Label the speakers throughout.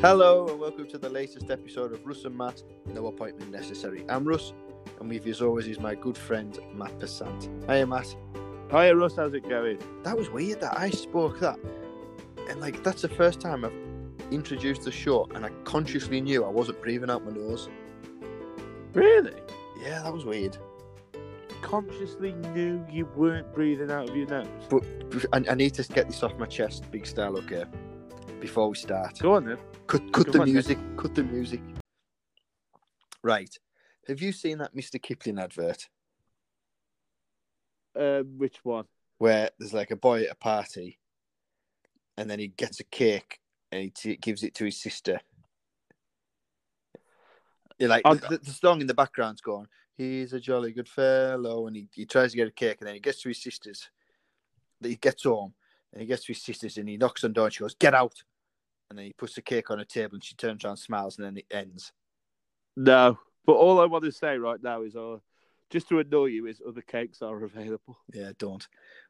Speaker 1: Hello and welcome to the latest episode of Russ and Matt. No appointment necessary. I'm Russ, and with you as always is my good friend Matt Passant. Hiya, Matt.
Speaker 2: Hiya, Russ. How's it going?
Speaker 1: That was weird that I spoke that, and like that's the first time I've introduced the show, and I consciously knew I wasn't breathing out my nose.
Speaker 2: Really?
Speaker 1: Yeah, that was weird.
Speaker 2: Consciously knew you weren't breathing out of your nose.
Speaker 1: I, I need to get this off my chest, big style, okay? Before we start,
Speaker 2: Go on then.
Speaker 1: cut, cut
Speaker 2: go
Speaker 1: the
Speaker 2: on, then.
Speaker 1: music. Cut the music. Right. Have you seen that Mr. Kipling advert?
Speaker 2: Um, which one?
Speaker 1: where there's like a boy at a party and then he gets a cake and he t- gives it to his sister. You're like,
Speaker 2: I'll-
Speaker 1: the, the song in the background's going, he's a jolly good fellow. And he, he tries to get a cake and then he gets to his sister's. That He gets home and he gets to his sister's and he knocks on the door and she goes, get out. And then he puts the cake on her table and she turns around, smiles, and then it ends.
Speaker 2: No. But all I want to say right now is, uh, just to annoy you, is other cakes are available.
Speaker 1: Yeah, don't.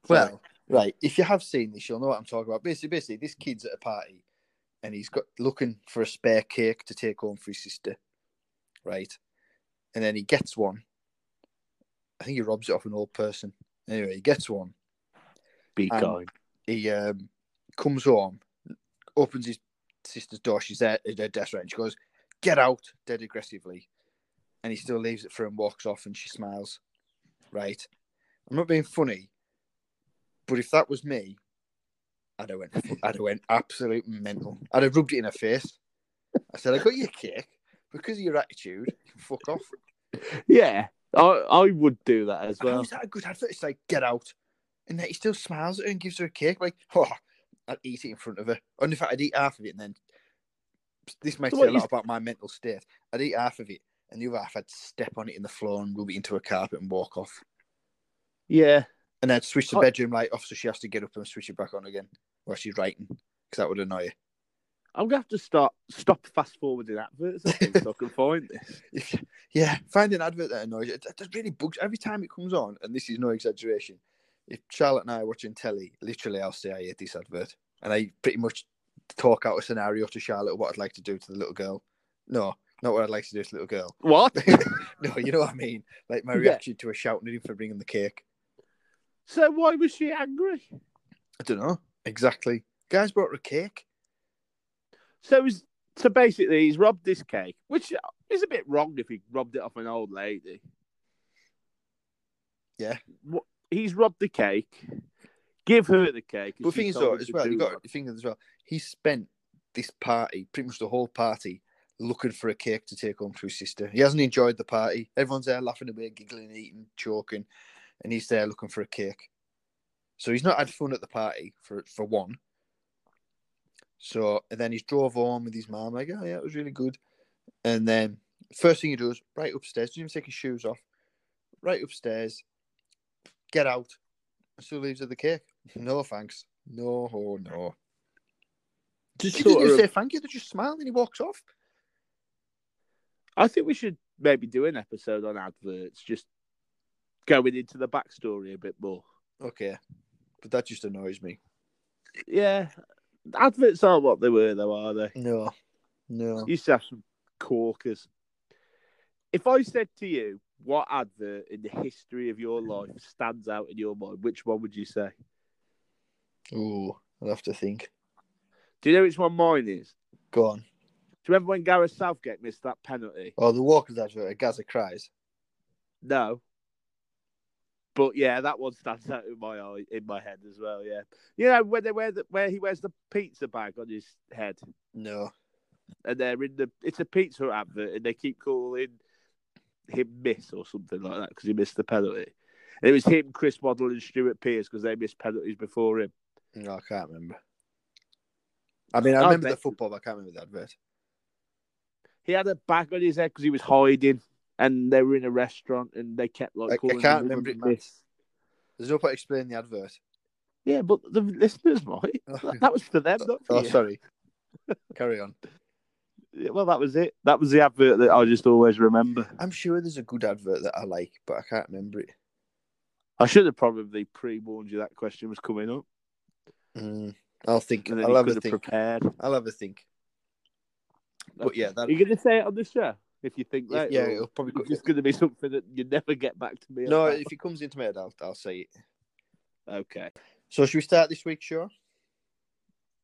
Speaker 2: So-
Speaker 1: Well, Right. If you have seen this, you'll know what I'm talking about. Basically, basically, this kid's at a party and he's got looking for a spare cake to take home for his sister. Right. And then he gets one. I think he robs it off an old person. Anyway, he gets one.
Speaker 2: be
Speaker 1: um,
Speaker 2: kind.
Speaker 1: He um, comes home, opens his sister's door. She's there at her desk, right? And she goes, Get out, dead aggressively. And he still leaves it for her and walks off, and she smiles. Right? I'm not being funny, but if that was me, I'd have went, I'd have went absolute mental. I'd have rubbed it in her face. I said, I got your cake because of your attitude. You can fuck off.
Speaker 2: Yeah, I I would do that as
Speaker 1: Well,
Speaker 2: well.
Speaker 1: is that a good advert? It's like, get out. And then he still smiles at her and gives her a cake. Like, oh, I'd eat it in front of her. And in fact, I'd eat half of it and then this might
Speaker 2: So
Speaker 1: say
Speaker 2: what
Speaker 1: a
Speaker 2: you-
Speaker 1: lot about my mental state. I'd eat half of it and the other half I'd step on it in the floor and rub it into a carpet and walk off.
Speaker 2: Yeah,
Speaker 1: And I'd switch the
Speaker 2: Oh.
Speaker 1: bedroom light off so she has to get up and switch it back on again while she's writing because that would annoy her.
Speaker 2: I'm gonna have to start stop fast forwarding adverts. I think, so I can find this.
Speaker 1: If, yeah, find an advert that annoys you. That that really bugs every time it comes on. And this is no exaggeration. If Charlotte and I are watching telly, literally, I'll say I hate this advert, and I pretty much talk out a scenario to Charlotte of what I'd like to do to the little girl. No, not what I'd like to do to the little girl.
Speaker 2: What?
Speaker 1: No, you know what I mean. Like my
Speaker 2: Yeah.
Speaker 1: reaction to her shouting at him for bringing the cake.
Speaker 2: so why was she angry?
Speaker 1: I don't know exactly. Guys brought her a cake.
Speaker 2: So he's so basically he's robbed this cake, which is a bit wrong if he robbed it off an old lady.
Speaker 1: Yeah.
Speaker 2: Wha- He's robbed the cake. Give her the cake. and
Speaker 1: But the
Speaker 2: she
Speaker 1: thing is,
Speaker 2: told
Speaker 1: though,
Speaker 2: him
Speaker 1: as
Speaker 2: to
Speaker 1: well,
Speaker 2: do
Speaker 1: you
Speaker 2: that.
Speaker 1: got to think as well. He spent this party, pretty much the whole party, looking for a cake to take home to his sister. He hasn't enjoyed the party. Everyone's there laughing away, giggling, eating, choking, and he's there looking for a cake. So he's not had fun at the party for for one. So and then he's drove home with his mum, like, oh yeah, it was really good. And then first thing he does, right upstairs, doesn't even take his shoes off, right upstairs, get out, and still leaves her the cake. No thanks. No, oh, no.
Speaker 2: Just
Speaker 1: She doesn't
Speaker 2: sort
Speaker 1: even
Speaker 2: of-
Speaker 1: say thank you. They just smile and he walks off.
Speaker 2: I think we should maybe do an episode on adverts, just going into the backstory a bit more.
Speaker 1: Okay, but that just annoys me.
Speaker 2: Yeah, adverts aren't what they were, though, are they?
Speaker 1: No, no.
Speaker 2: You used to have some corkers. If I said to you, what advert in the history of your life stands out in your mind, which one would you say?
Speaker 1: Ooh, I'll have to think.
Speaker 2: Do you know which one mine is?
Speaker 1: Go on.
Speaker 2: Do you remember when Gareth Southgate missed that penalty?
Speaker 1: Oh, the Walker's advert. Gaza cries.
Speaker 2: No. But yeah, that one stands out in my eye, in my head as well. Yeah, you know where they wear the, where he wears the pizza bag on his head,
Speaker 1: No.
Speaker 2: and they're in the it's a pizza Hut advert, and they keep calling him miss or something like that because he missed the penalty. And it was him, Chris Waddle, and Stuart Pearce because they missed penalties before him.
Speaker 1: No, I can't remember. I mean, I
Speaker 2: I'll
Speaker 1: remember the
Speaker 2: bet-
Speaker 1: football, but I can't remember the advert.
Speaker 2: He had a bag on his head because he was hiding, and they were in a restaurant, and they kept
Speaker 1: I- I
Speaker 2: like calling.
Speaker 1: can't
Speaker 2: him
Speaker 1: remember it, man.
Speaker 2: miss.
Speaker 1: There's no point explaining the advert.
Speaker 2: Yeah, but the listeners might.
Speaker 1: Oh.
Speaker 2: That was for them, not for
Speaker 1: Oh,
Speaker 2: you.
Speaker 1: sorry. Carry on.
Speaker 2: Yeah, Well, that was it. That was the advert that I just always remember.
Speaker 1: I'm sure there's a good advert that I like, but I can't remember it.
Speaker 2: I should have probably pre-warned you that question was coming up,
Speaker 1: Mm, I'll think.
Speaker 2: and then
Speaker 1: I'll
Speaker 2: you
Speaker 1: have
Speaker 2: could
Speaker 1: a
Speaker 2: have
Speaker 1: think.
Speaker 2: prepared.
Speaker 1: I'll have a think. But yeah, that,
Speaker 2: You're going to say it on the show if you think that.
Speaker 1: if, yeah,
Speaker 2: or
Speaker 1: it'll probably
Speaker 2: it's just going to be something that you never get back to me.
Speaker 1: no.
Speaker 2: about?
Speaker 1: If he comes into me, I'll I'll say it.
Speaker 2: Okay.
Speaker 1: So should we start this week's show?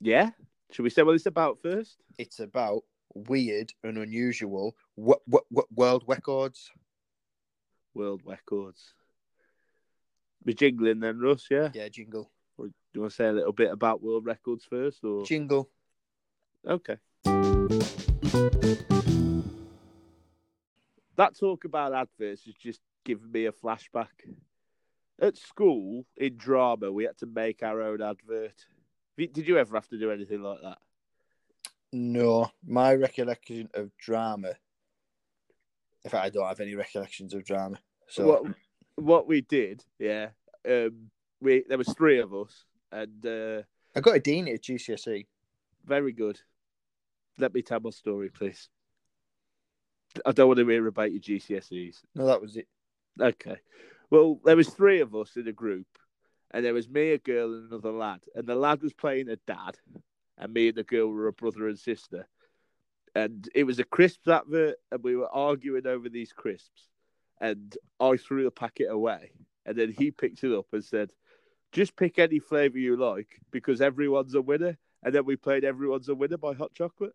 Speaker 2: Yeah. Should we say what it's about first?
Speaker 1: It's about weird and unusual w- w- w- world records.
Speaker 2: World records. We're jingling then, Russ. Yeah.
Speaker 1: Yeah, jingle,
Speaker 2: Or do you want to say a little bit about world records first? Or
Speaker 1: jingle.
Speaker 2: okay. That talk about adverts has just given me a flashback. At school in drama, we had to make our own advert. Did did you ever have to do anything like that?
Speaker 1: No, my recollection of drama. In fact, I don't have any recollections of drama. So
Speaker 2: what what we did, yeah, um, we there was three of us, and uh,
Speaker 1: I got a dean at GCSE.
Speaker 2: very good. Let me tell my story, please. I don't want to hear about your GCSEs.
Speaker 1: No, that was it.
Speaker 2: Okay. Well, there was three of us in a group, and there was me, a girl, and another lad. And the lad was playing a dad, and me and the girl were a brother and sister. And it was a crisps advert, and we were arguing over these crisps. And I threw the packet away, and then he picked it up and said, "Just pick any flavour you like, because everyone's a winner." And then we played "Everyone's a Winner" by Hot Chocolate.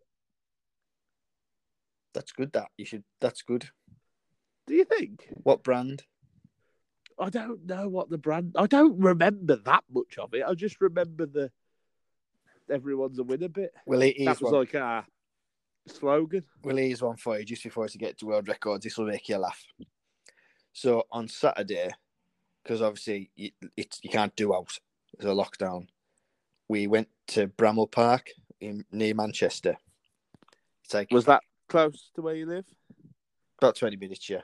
Speaker 1: That's good. That you should. That's good.
Speaker 2: Do you think?
Speaker 1: What brand?
Speaker 2: I don't know what the brand. I don't remember that much of it. I just remember the everyone's a winner bit.
Speaker 1: Well, it
Speaker 2: That
Speaker 1: is. One.
Speaker 2: was like our slogan.
Speaker 1: Well, here's one for you just before to get to world records. This will make you laugh. So on Saturday, because obviously you, it, you can't do out, there's a lockdown. We went to Bramall Park in near Manchester. It's like
Speaker 2: Was that close to where you live?
Speaker 1: about 20 minutes, yeah.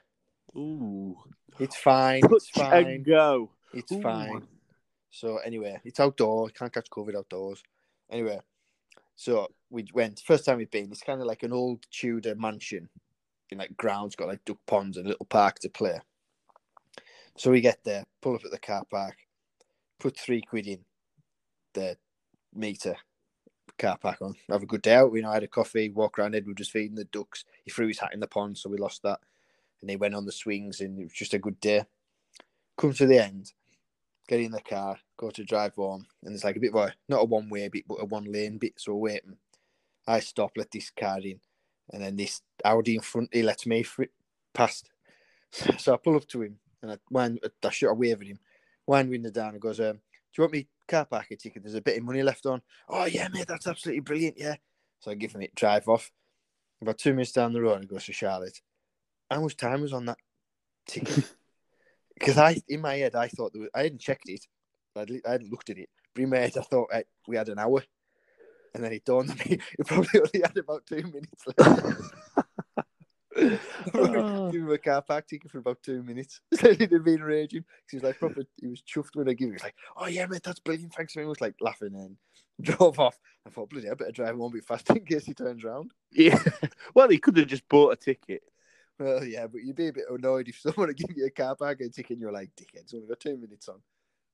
Speaker 2: Ooh,
Speaker 1: It's fine. It's
Speaker 2: touch and
Speaker 1: fine.
Speaker 2: go.
Speaker 1: It's
Speaker 2: Ooh.
Speaker 1: fine. So anyway, it's outdoor. You can't catch COVID outdoors. Anyway, so we went. First time we've been. It's kind of like an old Tudor mansion, in like grounds, got like duck ponds and a little park to play. So we get there, pull up at the car park, put three quid in the meter car park on. Have a good day out. You know, I had a coffee, walk around Edward was feeding the ducks. He threw his hat in the pond, so we lost that. And they went on the swings and it was just a good day. Come to the end, get in the car, go to drive home, and it's like a bit of a not a one way bit, but a one lane bit. So we're waiting. I stop, let this car in, and then this Audi in front, he lets me fr- past. So I pull up to him and I wind, I shot a wave at him, wind window down, and goes, um, "Do you want me car parking ticket? There's a bit of money left on." Oh yeah, mate, that's absolutely brilliant. Yeah. So I give him it, drive off. About two minutes down the road, I goes to Charlotte. How much time was on that ticket? because I in my head I thought there was, I hadn't checked it, I'd, li- I hadn't looked at it. But in my head I thought I, we had an hour, and then it dawned on me we probably only had about two minutes
Speaker 2: Oh.
Speaker 1: left. Give him a car park ticket for about two minutes. Said He'd have been raging 'cause he was like proper. He was chuffed when I gave him. He was like, "Oh yeah, mate, that's brilliant. Thanks very much." Like laughing and drove off. I thought, bloody, I better drive home a bit fast in case he turns round.
Speaker 2: Yeah. well, he could have just bought a ticket.
Speaker 1: Well, yeah, but you'd be a bit annoyed if someone had given you a car park ticket and you're like, "Dickheads, only got two minutes on."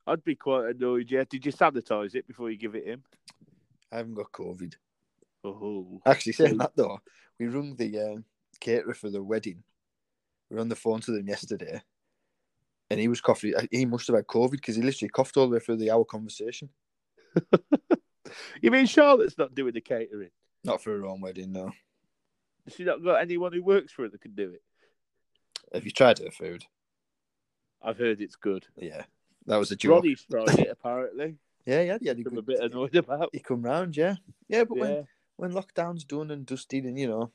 Speaker 2: I'd be quite annoyed. Yeah. Did you sanitize it before you give it him?
Speaker 1: I haven't got COVID.
Speaker 2: Oh.
Speaker 1: Actually, saying
Speaker 2: Mm.
Speaker 1: that though, we rung the um, caterer for the wedding. We were on the phone to them yesterday, and he was coughing. uh, He must have had COVID because he literally coughed all the way through the hour conversation.
Speaker 2: You mean Charlotte's not doing the catering?
Speaker 1: Not for her own wedding, no.
Speaker 2: Has she not got anyone who works for her that can do it?
Speaker 1: Have you tried her food?
Speaker 2: I've heard it's good.
Speaker 1: Yeah, that was a joke.
Speaker 2: Ronnie's tried it apparently.
Speaker 1: Yeah, yeah, yeah. He,
Speaker 2: I'm a
Speaker 1: good,
Speaker 2: bit annoyed about.
Speaker 1: he come round, yeah, yeah. But
Speaker 2: Yeah.
Speaker 1: when when lockdown's done and dusted, and you know,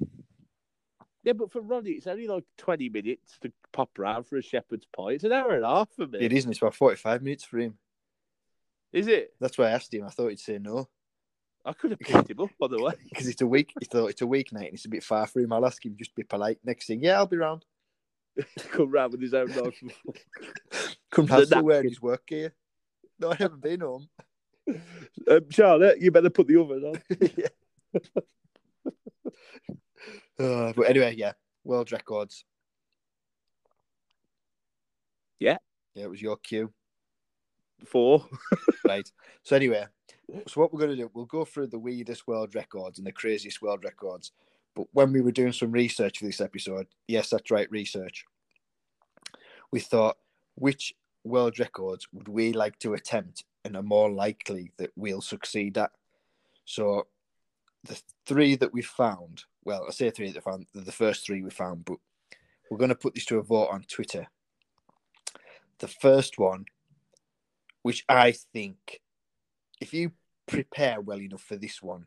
Speaker 2: yeah, but for Ronnie, it's only like 20 minutes to pop round for a shepherd's pie. It's an hour and a half for me.
Speaker 1: it isn't. It's about forty five minutes for him.
Speaker 2: Is it?
Speaker 1: That's why I asked him. I thought he'd say no
Speaker 2: I could have picked him up, by the way.
Speaker 1: because it's a week. He thought it's a weeknight and it's a bit far for him. I'll ask him just to be polite. Next thing, yeah, I'll be round.
Speaker 2: Come round with his own knife. and fork.
Speaker 1: Come
Speaker 2: The
Speaker 1: past
Speaker 2: napkin.
Speaker 1: wearing his work gear. No, I haven't been home.
Speaker 2: um, Charlotte, you better put the oven on.
Speaker 1: Uh, but anyway, yeah, world records.
Speaker 2: Yeah.
Speaker 1: Yeah, it was your cue.
Speaker 2: Four.
Speaker 1: right. So anyway, so what we're going to do, we'll go through the weirdest world records and the craziest world records. But when we were doing some research for this episode, yes, that's right, research, we thought which world records would we like to attempt and are more likely that we'll succeed at? So the three that we found, well, I say three that we found, they're the first three we found, but we're going to put this to a vote on Twitter. The first one, which I think, if you prepare well enough for this one,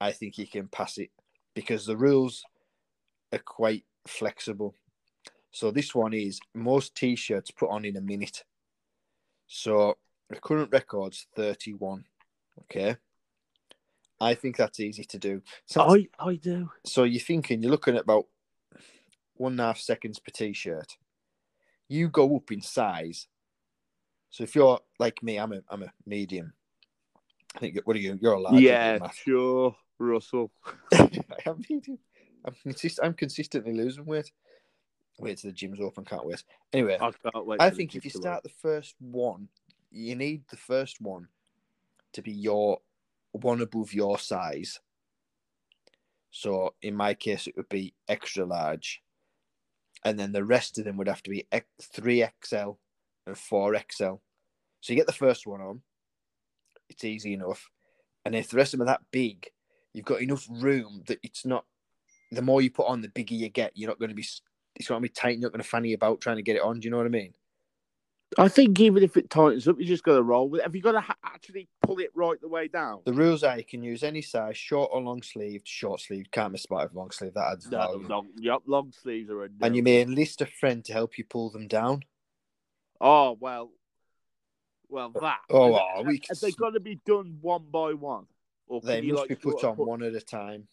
Speaker 1: I think you can pass it because the rules are quite flexible. So this one is most t-shirts put on in a minute. So the current record's 31. Okay. I think that's easy to do. So,
Speaker 2: I, I do.
Speaker 1: so you're thinking you're looking at about one and a half seconds per t-shirt. You go up in size. So if you're like me, I'm a I'm a medium. I think what are you? You're a large. aren't you,
Speaker 2: yeah,
Speaker 1: Matt?
Speaker 2: sure, Russell.
Speaker 1: I am medium. I'm consist- I'm consistently losing weight. Wait till the gym's open. Can't wait. Anyway,
Speaker 2: I can't wait.
Speaker 1: I
Speaker 2: for
Speaker 1: think
Speaker 2: the
Speaker 1: if you
Speaker 2: kids to
Speaker 1: start the first one, you need the first one to be your one above your size. So in my case, it would be extra large, and then the rest of them would have to be three XL and four XL. So you get the first one on, it's easy enough, and if the rest of them are that big, you've got enough room that it's not. The more you put on, the bigger you get. You're not going to be. s- It's not going to be tight. You're not going to fanny about trying to get it on. Do you know what I mean?
Speaker 2: I think even if it tightens up, you just got to roll with it. Have you got to ha- actually pull it right the way down?
Speaker 1: The rules are you can use any size, short or long sleeved, short sleeved, can't miss about long sleeve, that adds
Speaker 2: No,
Speaker 1: value.
Speaker 2: long, yep, long sleeves are a no.
Speaker 1: And you may enlist a friend to help you pull them down.
Speaker 2: Oh well, well that.
Speaker 1: Oh,
Speaker 2: Have-
Speaker 1: ah,
Speaker 2: have-
Speaker 1: we can
Speaker 2: have they
Speaker 1: s-
Speaker 2: got to be done one by one? Or
Speaker 1: They
Speaker 2: can you,
Speaker 1: must
Speaker 2: like,
Speaker 1: be put
Speaker 2: sort of
Speaker 1: on one at a time.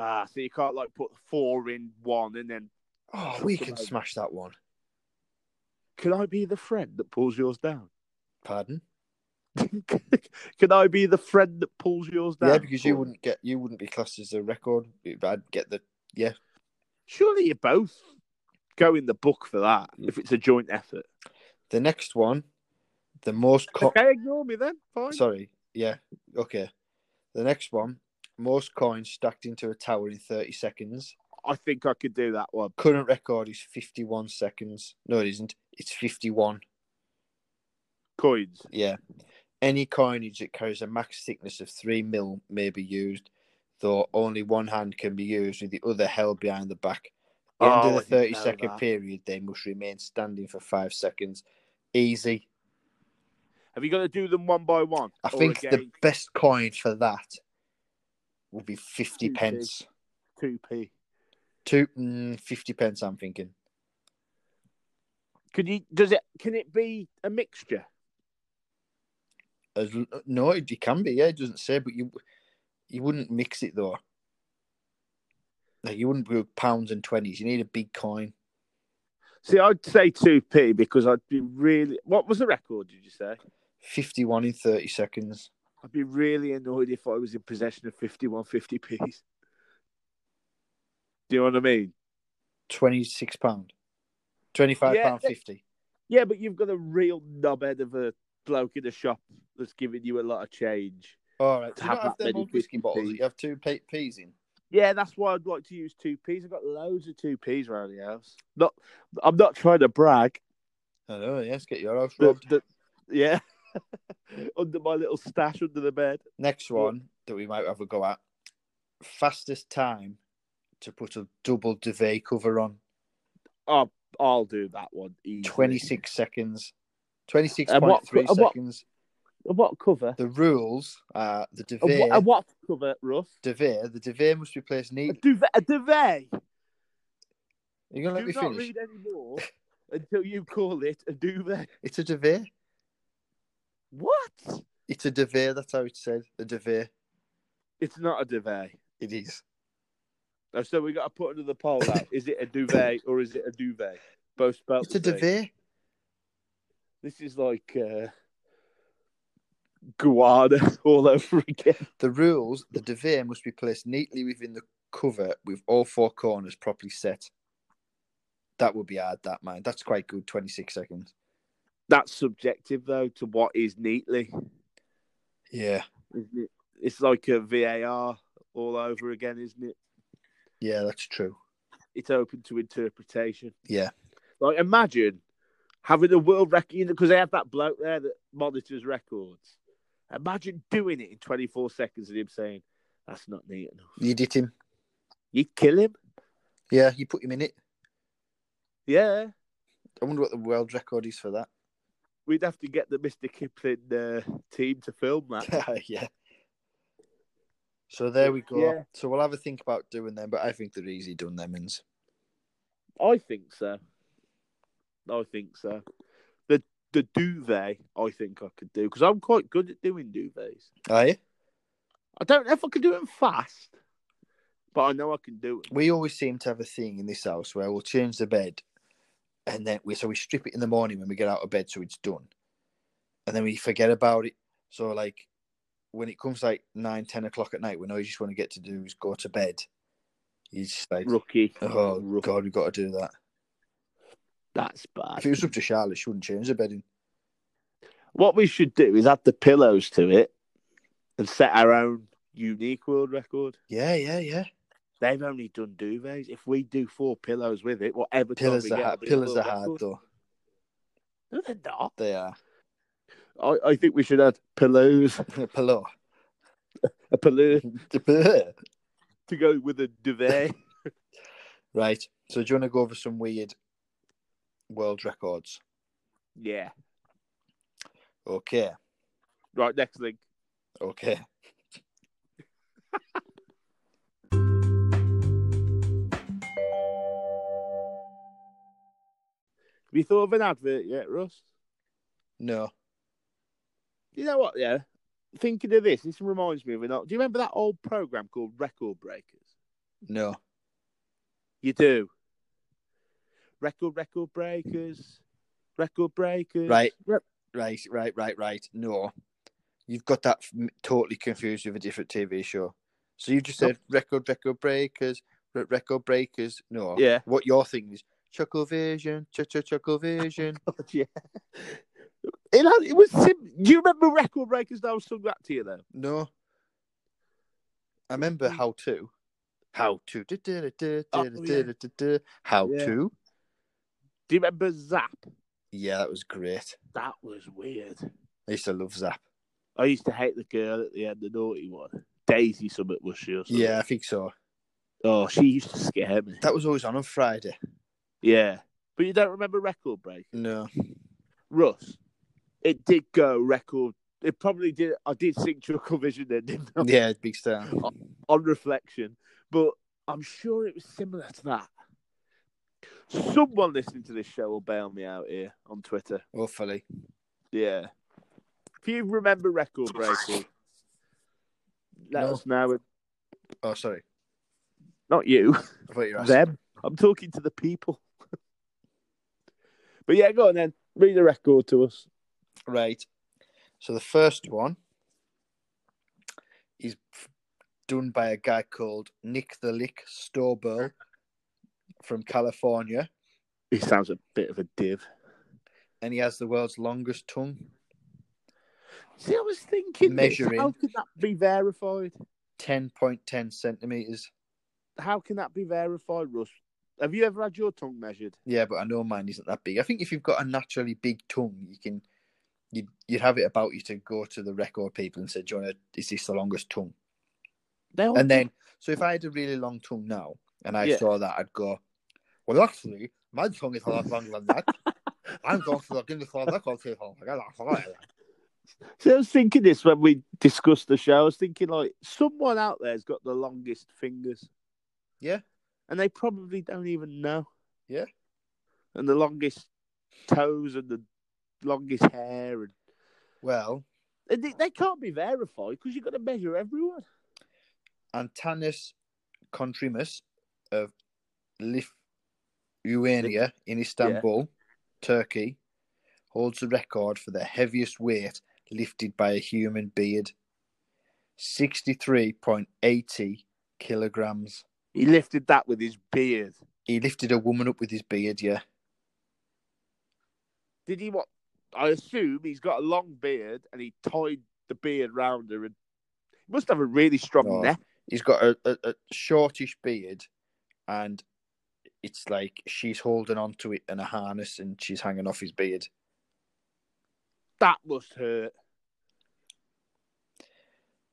Speaker 2: Ah, so you can't like put four in one and then.
Speaker 1: Oh,
Speaker 2: Chuck
Speaker 1: we
Speaker 2: them
Speaker 1: can
Speaker 2: over.
Speaker 1: smash that one.
Speaker 2: Can I be the friend that pulls yours down?
Speaker 1: Pardon?
Speaker 2: can I be the friend that pulls yours down?
Speaker 1: Yeah, because you
Speaker 2: for me?
Speaker 1: wouldn't get you wouldn't be classed as a record. I'd get the
Speaker 2: Surely you both go in the book for that if it's a joint effort.
Speaker 1: the next one. The most co-
Speaker 2: Okay, ignore me then. Fine.
Speaker 1: sorry, yeah, okay. The next one, most coins stacked into a tower in thirty seconds.
Speaker 2: I think I could do that one.
Speaker 1: Current record is 51 seconds. No, it isn't. It's 51.
Speaker 2: Coins.
Speaker 1: Yeah. Any coinage that carries a max thickness of 3 mil may be used, though only one hand can be used with the other held behind the back. At the
Speaker 2: Oh,
Speaker 1: end
Speaker 2: I
Speaker 1: of
Speaker 2: didn't
Speaker 1: the 30
Speaker 2: know
Speaker 1: second
Speaker 2: that.
Speaker 1: period, they must remain standing for 5 seconds. Easy.
Speaker 2: Have you got to do them one by one?
Speaker 1: I
Speaker 2: Or
Speaker 1: think the
Speaker 2: again,
Speaker 1: best coin for that will be 50
Speaker 2: Two quid.
Speaker 1: pence.
Speaker 2: 2p.
Speaker 1: Two, mm, 50 pence, I'm thinking.
Speaker 2: Can you? Does it? Can it be a mixture?
Speaker 1: As, l- no, it it can be. Yeah, it doesn't say, but you you wouldn't mix it though. Like you wouldn't do pounds and twenties. You need a big coin.
Speaker 2: See, I'd say 2p because I'd be really. What was the record? Did you say?
Speaker 1: Fifty-one in thirty seconds.
Speaker 2: I'd be really annoyed if I was in possession of 51 50p's. Do you know what I mean?
Speaker 1: Twenty-six pound. Twenty-five
Speaker 2: Yeah,
Speaker 1: pound
Speaker 2: that-
Speaker 1: fifty.
Speaker 2: Yeah, but you've got a real knobhead of a bloke in a shop that's giving you a lot of change.
Speaker 1: All right.
Speaker 2: to
Speaker 1: Do you not
Speaker 2: have
Speaker 1: have
Speaker 2: that
Speaker 1: them
Speaker 2: many
Speaker 1: old whiskey
Speaker 2: 50p.
Speaker 1: bottles that you have two pa- peas in?
Speaker 2: Yeah, that's why I'd like to use 2p's. I've got loads of 2p's around the house. Not, I'm not trying to brag.
Speaker 1: I know. Yes. Get your house
Speaker 2: The,
Speaker 1: robbed.
Speaker 2: the, yeah. under my little stash under the bed.
Speaker 1: Next
Speaker 2: Well-
Speaker 1: one that we might have a go at. Fastest time to put a double duvet cover on.
Speaker 2: I'll, I'll do that one easily.
Speaker 1: Twenty-six seconds.
Speaker 2: And
Speaker 1: Twenty-six
Speaker 2: what-
Speaker 1: point three
Speaker 2: and what-
Speaker 1: seconds.
Speaker 2: And What cover?
Speaker 1: The rules are the
Speaker 2: And
Speaker 1: duvet.
Speaker 2: what, and what cover, Russ?
Speaker 1: duvet. The duvet must be placed
Speaker 2: A
Speaker 1: neat.
Speaker 2: duvet. A duvet.
Speaker 1: You're gonna let
Speaker 2: do
Speaker 1: me
Speaker 2: not
Speaker 1: finish.
Speaker 2: read any more until you call it a duvet.
Speaker 1: It's a duvet.
Speaker 2: What?
Speaker 1: It's a duvet. That's how it's said. A duvet.
Speaker 2: It's not a duvet.
Speaker 1: It is.
Speaker 2: Oh, So we got to put another poll out. Is it a duvet or is it a duvet? Both spelled
Speaker 1: It's a
Speaker 2: the same.
Speaker 1: duvet.
Speaker 2: This is like uh, guana all over again.
Speaker 1: The rules: the duvet must be placed neatly within the cover, with all four corners properly set. That would be hard. That man. That's quite good. Twenty-six seconds.
Speaker 2: That's subjective though to what is neatly.
Speaker 1: Yeah.
Speaker 2: Isn't it? It's like a VAR all over again, isn't it?
Speaker 1: Yeah, that's true.
Speaker 2: It's open to interpretation.
Speaker 1: Yeah.
Speaker 2: Like, imagine having a world record, you know, because they have that bloke there that monitors records. Imagine doing it in 24 seconds and him saying, that's not neat enough.
Speaker 1: You did him.
Speaker 2: You'd kill him.
Speaker 1: Yeah, you put him in it.
Speaker 2: Yeah.
Speaker 1: I wonder what the world record is for that.
Speaker 2: We'd have to get the Mr. Kipling uh, team to film that.
Speaker 1: yeah. So there we go.
Speaker 2: Yeah.
Speaker 1: So we'll have a think about doing them, but I think they're easy done them ins.
Speaker 2: I think so. I think so. The the duvet, I think I could do because I'm quite good at doing duvets.
Speaker 1: Are you?
Speaker 2: I don't know if I can do them fast, but I know I can do it.
Speaker 1: We always seem to have a thing in this house where we'll change the bed, and then we so we strip it in the morning when we get out of bed, so it's done, and then we forget about it. So like, when it comes like nine, ten o'clock at night, when all you just want to get to do is go to bed, you just like,
Speaker 2: Rookie.
Speaker 1: oh
Speaker 2: Rook-
Speaker 1: god, we've got to do that.
Speaker 2: That's
Speaker 1: If it
Speaker 2: bad.
Speaker 1: was up to Charlotte, she wouldn't change the bedding.
Speaker 2: What we should do is add the pillows to it and set our own unique world record.
Speaker 1: Yeah, yeah, yeah.
Speaker 2: They've only done duvets. If we do four pillows with it, whatever time
Speaker 1: Pillars
Speaker 2: we
Speaker 1: are
Speaker 2: get,
Speaker 1: hard.
Speaker 2: it'll be a
Speaker 1: Pillars are
Speaker 2: world
Speaker 1: hard
Speaker 2: record.
Speaker 1: though.
Speaker 2: No, they're not.
Speaker 1: They are.
Speaker 2: I, I think we should add pillows,
Speaker 1: Pillow.
Speaker 2: a pillow
Speaker 1: right.
Speaker 2: to go with a duvet.
Speaker 1: So do you want to go over some weird world records?
Speaker 2: yeah.
Speaker 1: Okay.
Speaker 2: Right, next link.
Speaker 1: Okay.
Speaker 2: Have you thought of an advert yet, Russ?
Speaker 1: No.
Speaker 2: You know what, yeah? Thinking of this, this reminds me of an old. Do you remember that old program called Record Breakers?
Speaker 1: No.
Speaker 2: You do. Record, record breakers. Record breakers.
Speaker 1: Right.
Speaker 2: Re-
Speaker 1: Right. Right. Right. Right. No. You've got that m- totally confused with a different TV show. So you just said record, record breakers, re- record breakers. No.
Speaker 2: Yeah.
Speaker 1: What your thing is? Chuckle Vision. Ch ch Chuckle Vision.
Speaker 2: yeah. It, had- it was. Sim- Do you remember Record Breakers? That was sung that to you though.
Speaker 1: No. I remember
Speaker 2: Mm.
Speaker 1: how to. How to. Du- du- du- du-
Speaker 2: Oh,
Speaker 1: du-
Speaker 2: yeah.
Speaker 1: du- du- du- du. How
Speaker 2: Yeah.
Speaker 1: to.
Speaker 2: Do you remember Zap?
Speaker 1: Yeah, that was great.
Speaker 2: That was weird.
Speaker 1: I used to love Zap.
Speaker 2: I used to hate the girl at the end, the naughty one. Daisy Summit was she? Or something.
Speaker 1: Yeah, I think so.
Speaker 2: Oh, she used to scare me.
Speaker 1: That was always on on Friday.
Speaker 2: Yeah. But you don't remember Record Break?
Speaker 1: No.
Speaker 2: Russ, it did go record. It probably did. I did sing Chuckle Vision then, didn't I?
Speaker 1: Yeah, Big Star.
Speaker 2: On reflection. But I'm sure it was similar to that. Someone listening to this show will bail me out here on Twitter.
Speaker 1: Hopefully.
Speaker 2: Yeah. If you remember Record Breakers, let
Speaker 1: No.
Speaker 2: us know.
Speaker 1: Oh, sorry.
Speaker 2: Not you.
Speaker 1: I thought you were asking.
Speaker 2: them. I'm talking to the people. but yeah, go on then. Read the record to us.
Speaker 1: Right. So the first one is f- done by a guy called Nick the Lick Storbell from California,
Speaker 2: He sounds a bit of a div.
Speaker 1: and he has the world's longest tongue.
Speaker 2: See, I was thinking, this,
Speaker 1: Measuring.
Speaker 2: how could that be verified?
Speaker 1: 10.10 centimeters.
Speaker 2: How can that be verified, Russ? Have you ever had your tongue measured?
Speaker 1: Yeah, but I know mine isn't that big. I think if you've got a naturally big tongue, you can you'd, you'd have it about you to go to the record people and say, "Do you want to, is this the longest tongue?"
Speaker 2: They all-
Speaker 1: And then, so if I had a really long tongue now and I
Speaker 2: Yeah.
Speaker 1: saw that, I'd go, "Well, actually, my tongue is a lot longer than that." I'm going to look in the world record people. I gotta find it."
Speaker 2: See, I was thinking this when we discussed the show. I was thinking, like, someone out there's got the longest fingers.
Speaker 1: Yeah.
Speaker 2: And they probably don't even know.
Speaker 1: Yeah.
Speaker 2: And the longest toes and the longest hair. And,
Speaker 1: Well,
Speaker 2: and they, they can't be verified because you've got to measure everyone.
Speaker 1: Antanas Kontrimus of Lithuania in Istanbul, Turkey, holds the record for the heaviest weight lifted by a human beard 63.80 kilograms.
Speaker 2: He lifted that with his beard.
Speaker 1: He lifted a woman up with his beard, yeah.
Speaker 2: Did he what? I assume he's got a long beard and he tied the beard
Speaker 1: Oh.
Speaker 2: round her. And he must have a really strong
Speaker 1: No.
Speaker 2: neck.
Speaker 1: He's got a, a, a shortish beard and it's like she's holding on to it in a harness and she's hanging off his beard.
Speaker 2: That must hurt.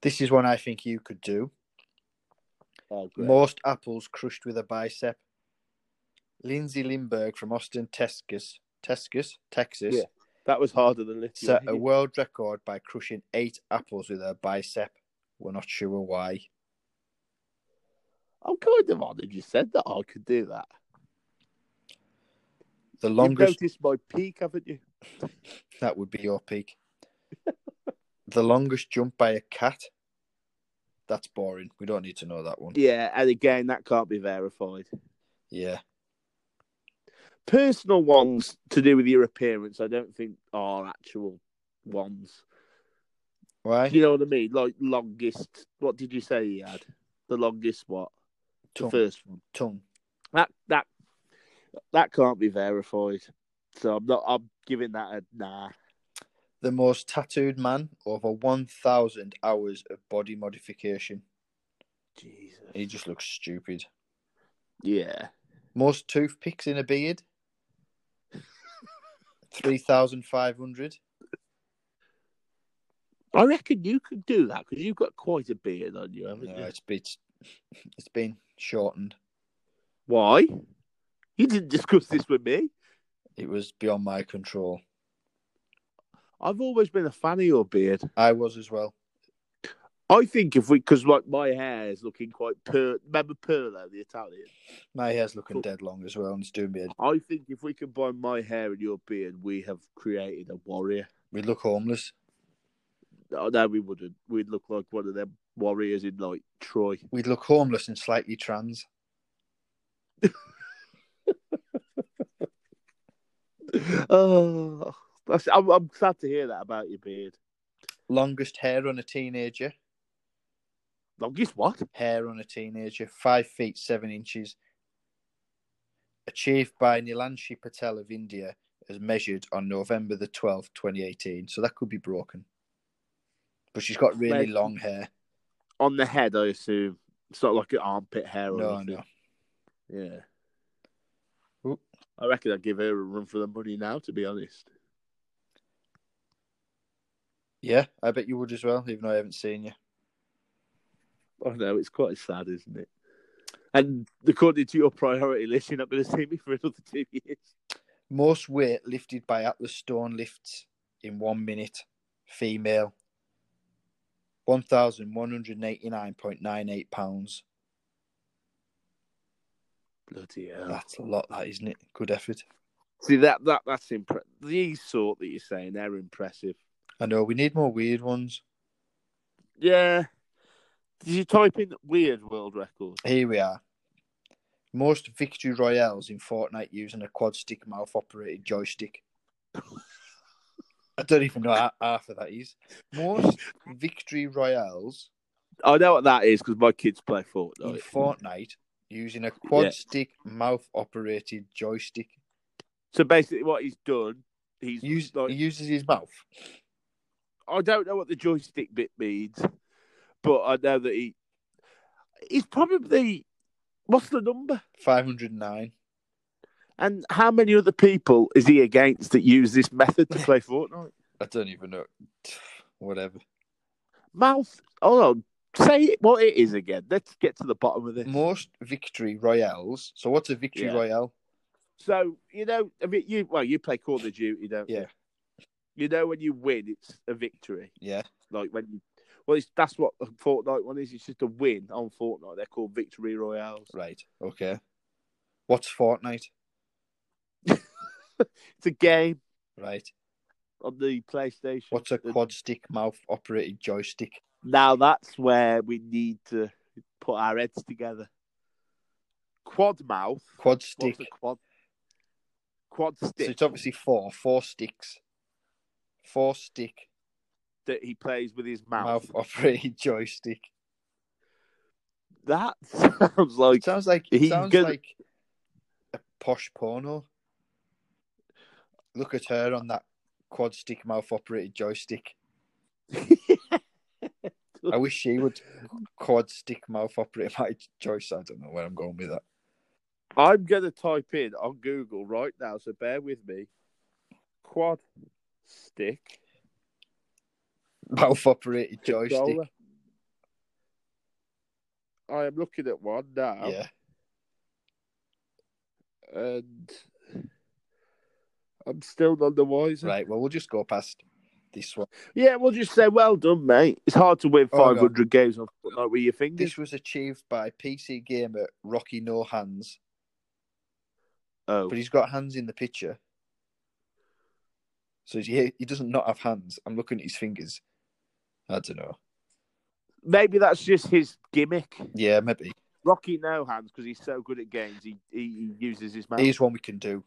Speaker 1: This is one I think you could do.
Speaker 2: Oh,
Speaker 1: Most apples crushed with a bicep. Lindsay Lindbergh from Austin, Texas, Texas, Texas,
Speaker 2: Yeah. That was harder than lifting.
Speaker 1: set a world record by crushing eight apples with her bicep. We're not sure why.
Speaker 2: I'm kind of honored you said that I could do that.
Speaker 1: The
Speaker 2: Longest...
Speaker 1: longest
Speaker 2: You've noticed my peak, haven't you?
Speaker 1: that would be your peak. the longest jump by a cat. That's boring. We don't need to know that one.
Speaker 2: Yeah, and again, that can't be verified.
Speaker 1: Yeah.
Speaker 2: Personal ones to do with your appearance, I don't think are actual ones.
Speaker 1: Why?
Speaker 2: You know what I mean? Like longest. What did you say he had? The longest what? The
Speaker 1: Tongue.
Speaker 2: first one.
Speaker 1: Tongue.
Speaker 2: That that that can't be verified. So I'm not. I'm giving that a nah.
Speaker 1: The most tattooed man over 1,000 hours of body modification.
Speaker 2: Jesus.
Speaker 1: He just looks stupid.
Speaker 2: Yeah.
Speaker 1: Most toothpicks in a beard. 3,500.
Speaker 2: I reckon you could do that because you've got quite a beard on you, haven't
Speaker 1: No,
Speaker 2: you?
Speaker 1: it's, it's, it's been shortened.
Speaker 2: Why? You didn't discuss this with me.
Speaker 1: It was beyond my control.
Speaker 2: I've always been a fan of your beard.
Speaker 1: I was as well.
Speaker 2: I think if we, because like my hair is looking quite per. Remember Perlo, the Italian.
Speaker 1: My hair's looking
Speaker 2: Cool.
Speaker 1: dead long as well, and it's doing me a
Speaker 2: I think if we combine my hair and your beard, we have created a warrior.
Speaker 1: We look homeless.
Speaker 2: Oh, no, we wouldn't. We'd look like one of them warriors in like Troy.
Speaker 1: We'd look homeless and slightly trans.
Speaker 2: oh, that's, I'm, I'm sad to hear that about your beard.
Speaker 1: Longest hair on a teenager.
Speaker 2: Longest what?
Speaker 1: Hair on a teenager. Five feet seven inches. Achieved by Nilanshi Patel of India as measured on November the 12th, 2018. So that could be broken. But she's got really
Speaker 2: Right.
Speaker 1: long hair.
Speaker 2: On the head, I assume. It's not like an armpit hair or
Speaker 1: No,
Speaker 2: anything.
Speaker 1: no.
Speaker 2: Yeah.
Speaker 1: Oop.
Speaker 2: I reckon I'd give her a run for the money now, to be honest.
Speaker 1: Yeah, I bet you would as well, even though I haven't seen you.
Speaker 2: I know, Oh, it's quite sad, isn't it? And according to your priority list, you're not going to see me for another two years.
Speaker 1: Most weight lifted by Atlas Stone lifts in one minute, female. 1,189.98 pounds.
Speaker 2: Bloody hell.
Speaker 1: That's a lot, that isn't it? Good effort.
Speaker 2: See, that, that that's impressive. These sort that you're saying, they're impressive.
Speaker 1: I know we need more weird ones.
Speaker 2: Yeah. Did you type in weird world record?
Speaker 1: Here we are. Most victory royales in Fortnite using a quad stick mouth operated joystick. I don't even know how half of that is. Most victory royales
Speaker 2: I know what that is because my kids play
Speaker 1: in
Speaker 2: Fortnite.
Speaker 1: Fortnite using a quad stick mouth operated joystick.
Speaker 2: So basically, what he's done, he's
Speaker 1: Use,
Speaker 2: like,
Speaker 1: he uses his mouth.
Speaker 2: I don't know what the joystick bit means, but I know that he he's probably what's the number
Speaker 1: 509.
Speaker 2: and how many other people is he against that use this method to play Fortnite?
Speaker 1: I don't even know. Whatever.
Speaker 2: Mouth, hold on, say it, what it is again. Let's get to the bottom of this.
Speaker 1: Most victory royales. So, what's a victory
Speaker 2: Yeah.
Speaker 1: royale?
Speaker 2: So you know, I mean, you well, you play Call of Duty, don't
Speaker 1: Yeah.
Speaker 2: you? You know, when you win, it's a victory.
Speaker 1: Yeah.
Speaker 2: Like when you, well, it's, that's what a Fortnite one is. It's just a win on Fortnite. They're called victory royales.
Speaker 1: Right. Okay. What's Fortnite?
Speaker 2: It's a game
Speaker 1: Right.
Speaker 2: on the PlayStation.
Speaker 1: What's a
Speaker 2: And
Speaker 1: quad stick mouth operated joystick?
Speaker 2: Now that's where we need to put our heads together. Quad mouth.
Speaker 1: Quad
Speaker 2: What's
Speaker 1: stick.
Speaker 2: a quad? Quad
Speaker 1: So
Speaker 2: stick
Speaker 1: it's obviously four. Four sticks. Four stick
Speaker 2: that he plays with his
Speaker 1: mouth
Speaker 2: mouth.
Speaker 1: operated joystick.
Speaker 2: That sounds like
Speaker 1: It sounds like
Speaker 2: He
Speaker 1: it sounds
Speaker 2: could-
Speaker 1: like a posh porno. Look at her on that quad stick mouth operated joystick. I wish she would quad stick mouth operate my joystick. I don't know where I'm going with that.
Speaker 2: I'm gonna type in on Google right now, so bear with me. Quad stick
Speaker 1: Mouth operated joystick.
Speaker 2: controller. I am looking at one now,
Speaker 1: Yeah.
Speaker 2: and I'm still none the wiser.
Speaker 1: Right. Well, we'll just go past this one.
Speaker 2: Yeah, we'll just say well done, mate. It's hard to win
Speaker 1: Oh, God.
Speaker 2: 500 games off like with your fingers.
Speaker 1: This was achieved by PC gamer Rocky No Hands,
Speaker 2: Oh,
Speaker 1: but he's got hands in the picture. So he, he doesn't not have hands. I'm looking at his fingers. I don't know.
Speaker 2: maybe that's just his gimmick.
Speaker 1: Yeah, maybe.
Speaker 2: Rocky no hands because he's so good at games. He he, he uses his mouth.
Speaker 1: Here's one we can do.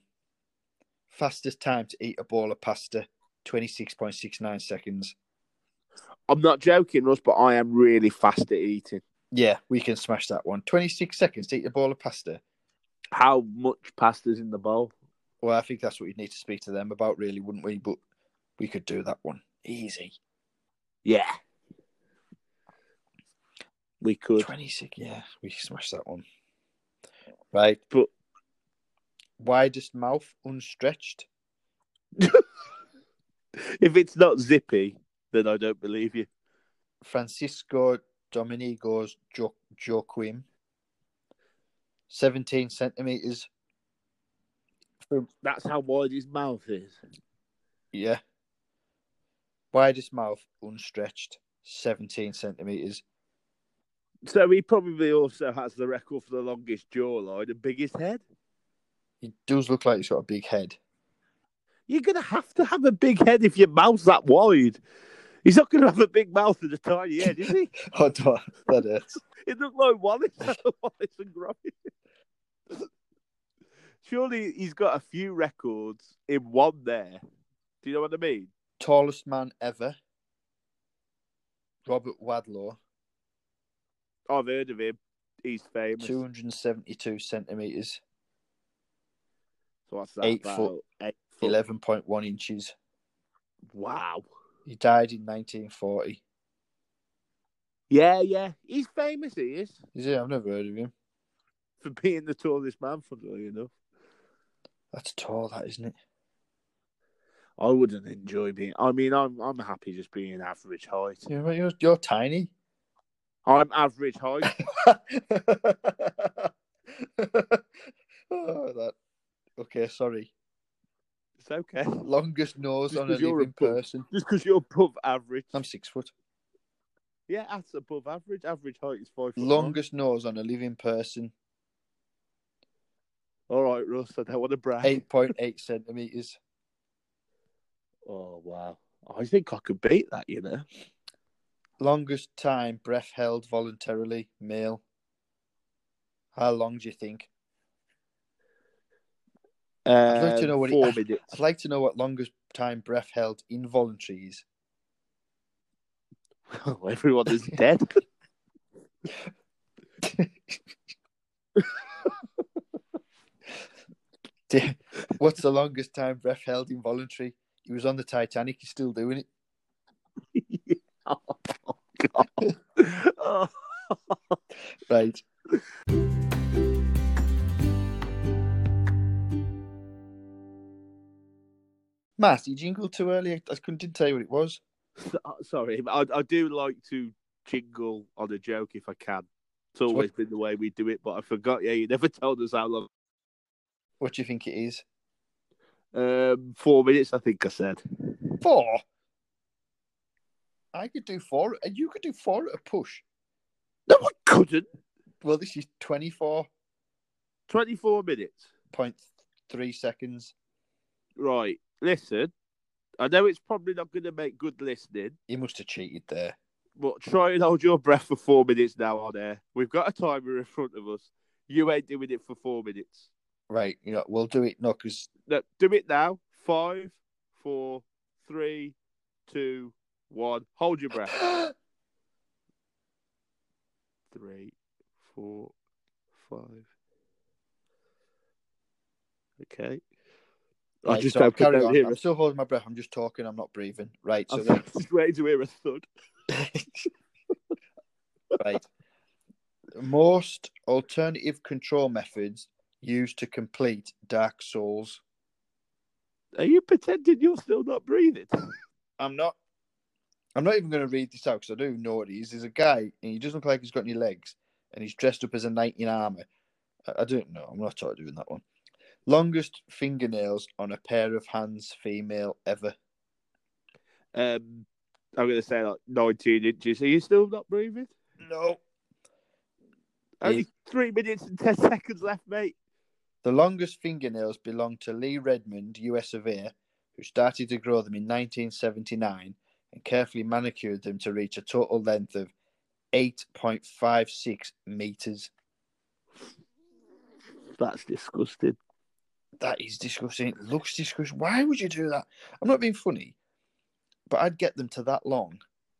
Speaker 1: Fastest time to eat a bowl of pasta, 26.69 seconds.
Speaker 2: I'm not joking, Russ, but I am really fast at eating.
Speaker 1: Yeah, we can smash that one. 26 seconds to eat a bowl of pasta.
Speaker 2: How much pasta's in the bowl?
Speaker 1: Well, I think that's what you'd need to speak to them about, really, wouldn't we? But we could do that one. Easy.
Speaker 2: Yeah, we could.
Speaker 1: 26, yeah, we can smash that one. Right.
Speaker 2: But-
Speaker 1: Widest mouth, unstretched.
Speaker 2: If it's not zippy, then I don't believe you.
Speaker 1: Francisco Dominigo's jo- Joaquim. 17 centimetres.
Speaker 2: That's how wide his mouth is.
Speaker 1: Yeah. Widest mouth, unstretched, 17 centimetres.
Speaker 2: So he probably also has the record for the longest jawline and biggest head.
Speaker 1: He does look like he's got a big head.
Speaker 2: You're gonna have to have a big head if your mouth's that wide. He's not gonna have a big mouth and a tiny head, is he?
Speaker 1: Oh, no, that hurts.
Speaker 2: It looked like Wallace, Wallace and Gromit. Surely he's got a few records in one there. Do you know what I mean?
Speaker 1: Tallest man ever, Robert Wadlow,
Speaker 2: I've heard of him. He's famous.
Speaker 1: 272 centimetres,
Speaker 2: so what's that
Speaker 1: eight
Speaker 2: about?
Speaker 1: foot,
Speaker 2: Eight foot.
Speaker 1: 11.1 inches.
Speaker 2: Wow.
Speaker 1: He died in 1940.
Speaker 2: Yeah, yeah. He's famous. He is
Speaker 1: Is he? I've never heard of him.
Speaker 2: for being the tallest man. Funnily enough,
Speaker 1: That's tall, that isn't it?
Speaker 2: I wouldn't enjoy being. I mean, I'm I'm happy just being average height.
Speaker 1: Yeah, but You're, you're tiny.
Speaker 2: I'm average height.
Speaker 1: oh, that. Okay, sorry.
Speaker 2: it's okay.
Speaker 1: Longest nose
Speaker 2: Just
Speaker 1: on a
Speaker 2: 'cause you're a
Speaker 1: living
Speaker 2: pug.
Speaker 1: person.
Speaker 2: Just because you're above average.
Speaker 1: I'm six foot.
Speaker 2: Yeah, that's above average. Average height is five foot. nine.
Speaker 1: Longest nose on a living person.
Speaker 2: All right, Russ. I don't want to brag.
Speaker 1: 8.8 centimetres.
Speaker 2: Oh wow! I think I could beat that. You know,
Speaker 1: Longest time breath held voluntarily, male. How long do you think? I'd like to know what he-
Speaker 2: Uh, four minutes.
Speaker 1: I'd like to know what longest time breath held involuntary is.
Speaker 2: Everyone is dead.
Speaker 1: Do- What's the longest time breath held involuntary? He was on the Titanic, he's still doing it.
Speaker 2: oh, God. Oh.
Speaker 1: Right. Matt, you jingled too early. I couldn't didn't tell you what it was.
Speaker 2: Sorry, I, I do like to jingle on a joke if I can. It's always been the way we do it, but I forgot. Yeah, you never told us how long.
Speaker 1: What do you think it is?
Speaker 2: Um, four minutes, I think I said.
Speaker 1: Four. I could do four. and You could do four at a push.
Speaker 2: No, I couldn't.
Speaker 1: Well, this is twenty-four
Speaker 2: Twenty-four minutes.
Speaker 1: point three seconds.
Speaker 2: Right. Listen, I know it's probably not going to make good listening.
Speaker 1: You must have cheated there.
Speaker 2: But try and hold your breath for four minutes now on air. We've got a timer in front of us. You ain't doing it for four minutes.
Speaker 1: Right. You know, we'll do it. No, because
Speaker 2: No, do it now. Five, four, three, two, one. Hold your breath. Three, four, five. Okay. I just hope I
Speaker 1: carry
Speaker 2: don't
Speaker 1: on.
Speaker 2: hear
Speaker 1: I'm
Speaker 2: us.
Speaker 1: still holding my breath. I'm just talking. I'm not breathing. Right. So
Speaker 2: I'm
Speaker 1: then,
Speaker 2: just waiting to hear a thud.
Speaker 1: right. Most alternative control methods used to complete Dark Souls.
Speaker 2: Are you pretending you're still not breathing?
Speaker 1: I'm not. I'm not even going to read this out because I don't even know what he is. He's a guy, and he doesn't look like he's got any legs, and he's dressed up as a knight in armor. I, I don't know. I'm not sort of doing that one. Longest fingernails on a pair of hands, female ever.
Speaker 2: Um, I'm going to say like 19 inches. Are you still not breathing?
Speaker 1: No.
Speaker 2: Only three minutes and 10 seconds left, mate.
Speaker 1: The longest fingernails belong to Lee Redmond, US of A, who started to grow them in 1979 and carefully manicured them to reach a total length of 8.56 meters.
Speaker 2: That's disgusting.
Speaker 1: That is disgusting. It looks disgusting. Why would you do that? I'm not being funny, but I'd get them to that long,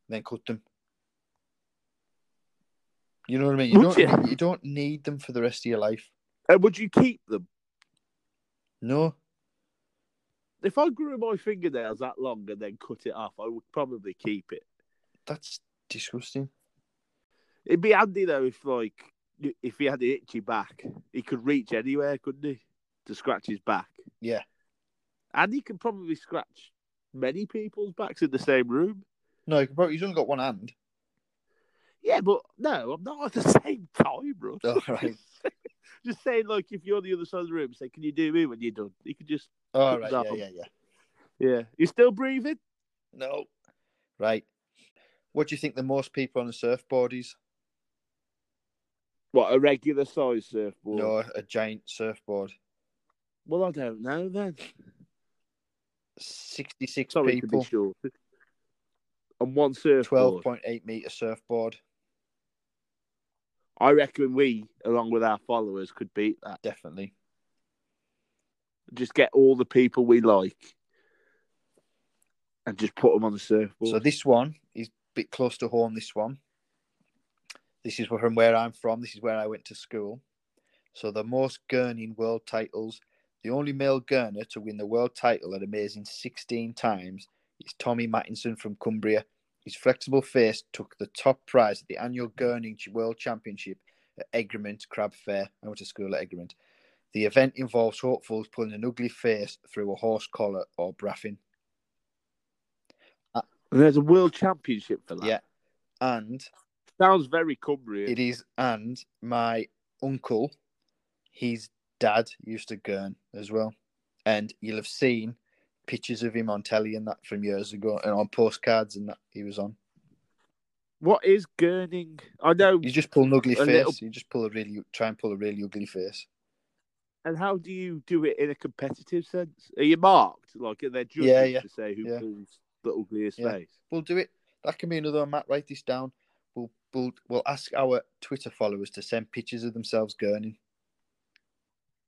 Speaker 1: then cut them. You know what I mean? You
Speaker 2: Would
Speaker 1: don't,
Speaker 2: you?
Speaker 1: you don't need them for the rest of your life.
Speaker 2: And would you keep them?
Speaker 1: No,
Speaker 2: If I grew my fingernails that long and then cut it off, I would probably keep it.
Speaker 1: that's disgusting.
Speaker 2: It'd be handy though if like if he had an itchy back, he could reach anywhere, couldn't he? To scratch his back.
Speaker 1: Yeah.
Speaker 2: And he could probably scratch many people's backs in the same room.
Speaker 1: No, you can probably, he's only got one hand.
Speaker 2: Yeah, but no, I'm not at the same time, bro.
Speaker 1: Oh, right.
Speaker 2: just saying, like, if you're on the other side of the room, say, "Can you do me when you're done?" You could just,
Speaker 1: All right,
Speaker 2: No.
Speaker 1: yeah, yeah, yeah.
Speaker 2: yeah. You still breathing?
Speaker 1: No. Right. What do you think the most people on a surfboard is?
Speaker 2: What a regular size surfboard.
Speaker 1: No, a giant surfboard.
Speaker 2: Well, I don't know then.
Speaker 1: 66
Speaker 2: Sorry to
Speaker 1: people,
Speaker 2: be short. On one surfboard,
Speaker 1: 12.8 meter surfboard.
Speaker 2: I reckon we, along with our followers, could beat that.
Speaker 1: Definitely.
Speaker 2: Just get all the people we like, and just put them on the surfboard.
Speaker 1: So this one is a bit close to home. This one. This is from where I'm from. This is where I went to school. So the most gurning world titles. The only male gurner to win the world title an amazing 16 times is Tommy Mattinson from Cumbria. His flexible face took the top prize at the annual Gurning World Championship at Egremont Crab Fair. I went to school at Egremont. The event involves hopefuls pulling an ugly face through a horse collar or braffin.
Speaker 2: and there's a world championship for that.
Speaker 1: Yeah. And
Speaker 2: sounds very Cumbrian.
Speaker 1: It is, and my uncle, his dad used to gurn as well, and you'll have seen pictures of him on telly and that from years ago, and on postcards and that he was on.
Speaker 2: What is gurning? I know.
Speaker 1: You just pull an ugly face.
Speaker 2: A little-
Speaker 1: You just pull a really try and pull a really ugly face.
Speaker 2: And how do you do it in a competitive sense? Are you marked? Like, are there judges
Speaker 1: Yeah, yeah,
Speaker 2: to say who
Speaker 1: yeah.
Speaker 2: pulls the ugliest
Speaker 1: Yeah.
Speaker 2: face?
Speaker 1: We'll do it. That can be another one. Matt, write this down. We'll we'll, we'll ask our Twitter followers to send pictures of themselves gurning.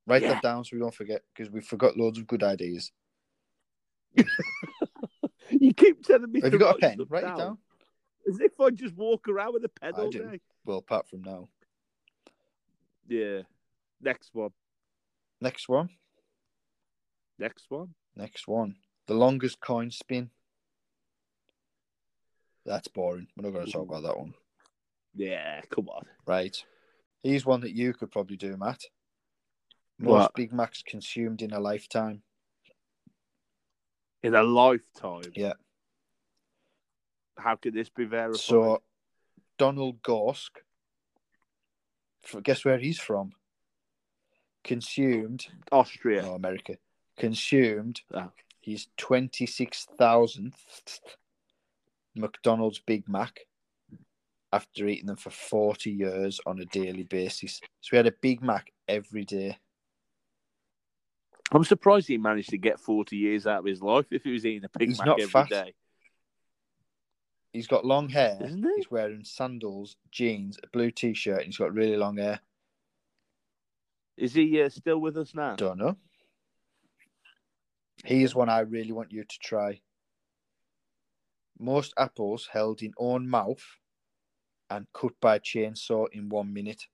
Speaker 1: Write
Speaker 2: Yeah.
Speaker 1: that down so we don't forget because we forgot loads of good ideas.
Speaker 2: You keep telling me.
Speaker 1: Have
Speaker 2: to
Speaker 1: you got a
Speaker 2: write
Speaker 1: pen?
Speaker 2: stuff
Speaker 1: Write it down.
Speaker 2: As if I just walk around with a pen
Speaker 1: I
Speaker 2: all
Speaker 1: do.
Speaker 2: day.
Speaker 1: Well, apart from now.
Speaker 2: Yeah. Next one.
Speaker 1: Next one.
Speaker 2: Next one.
Speaker 1: Next one. The longest coin spin. That's boring. We're not going to talk about that one.
Speaker 2: Yeah. Come on.
Speaker 1: Right. Here's one that you could probably do, Matt. Most
Speaker 2: What?
Speaker 1: Big Macs consumed in a lifetime.
Speaker 2: In a lifetime.
Speaker 1: Yeah.
Speaker 2: How could this be verified?
Speaker 1: So, Donald Gorsk, f- guess where he's from? Consumed,
Speaker 2: Austria.
Speaker 1: oh, America, consumed
Speaker 2: Ah.
Speaker 1: his 26,000th McDonald's Big Mac after eating them for 40 years on a daily basis. So, we had a Big Mac every day.
Speaker 2: I'm surprised he managed to get 40 years out of his life if he was eating a Big
Speaker 1: He's
Speaker 2: Mac
Speaker 1: not
Speaker 2: every
Speaker 1: fat.
Speaker 2: day.
Speaker 1: He's got long hair.
Speaker 2: Isn't he?
Speaker 1: He's wearing sandals, jeans, a blue t shirt, and he's got really long hair.
Speaker 2: Is he uh, still with us now?
Speaker 1: Don't know. He is one I really want you to try. Most apples held in own mouth and cut by chainsaw in one minute.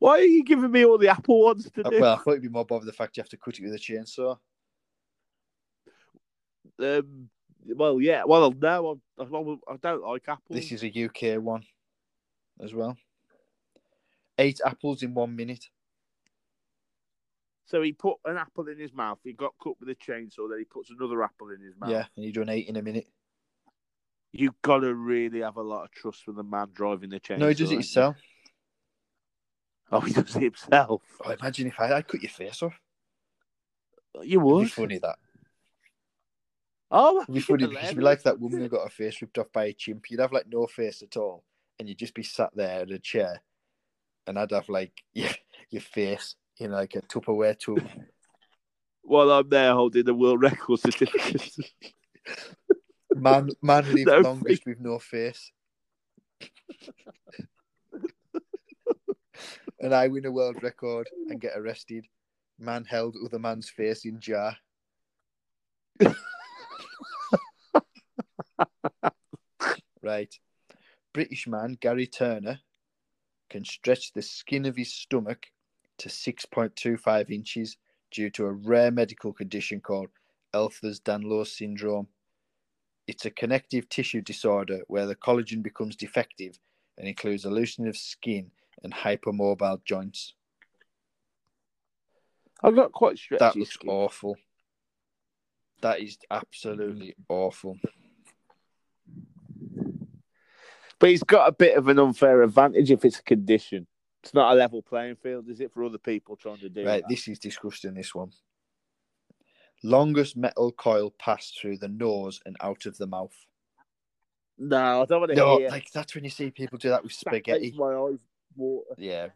Speaker 2: Why are you giving me all the Apple ones to
Speaker 1: Uh,
Speaker 2: do?
Speaker 1: Well, I thought you'd be more bothered the fact you have to cut it with a chainsaw.
Speaker 2: Um, well, yeah. Well, no, I, I don't like apples.
Speaker 1: This is a UK one as well. Eight apples in one minute.
Speaker 2: So he put an apple in his mouth. He got cut with a chainsaw. Then he puts another apple in his mouth.
Speaker 1: Yeah, and you done eight in a minute.
Speaker 2: you got to really have a lot of trust for the man driving the chainsaw.
Speaker 1: no, he does it
Speaker 2: ain't
Speaker 1: himself.
Speaker 2: you? Oh, he does it himself.
Speaker 1: Oh, imagine if I, I cut your face off.
Speaker 2: You
Speaker 1: It'd be
Speaker 2: would.
Speaker 1: funny that.
Speaker 2: Oh,
Speaker 1: It'd be funny because you'd be like that woman who got her face ripped off by a chimp. You'd have like no face at all, and you'd just be sat there in a chair, and I'd have like your, your face in like a Tupperware tube.
Speaker 2: While I'm there holding the world record certificate.
Speaker 1: Man, man lives
Speaker 2: No
Speaker 1: longest with no face. and I win a world record and get arrested. Man held other man's face in jar. right. British man Gary Turner can stretch the skin of his stomach to 6.25 inches due to a rare medical condition called Elthers Danlos syndrome. It's a connective tissue disorder where the collagen becomes defective and includes a loosening of skin and hypermobile joints.
Speaker 2: I've got quite stretchy.
Speaker 1: That looks
Speaker 2: skin.
Speaker 1: awful. That is absolutely awful.
Speaker 2: But he's got a bit of an unfair advantage if it's a condition. It's not a level playing field, is it, for other people trying to do
Speaker 1: Right,
Speaker 2: that?
Speaker 1: this is disgusting. This one. Longest metal coil passed through the nose and out of the mouth.
Speaker 2: No, I don't want to
Speaker 1: No,
Speaker 2: hear.
Speaker 1: like that's when you see people do that with
Speaker 2: That makes
Speaker 1: spaghetti.
Speaker 2: My eyes water.
Speaker 1: Yeah,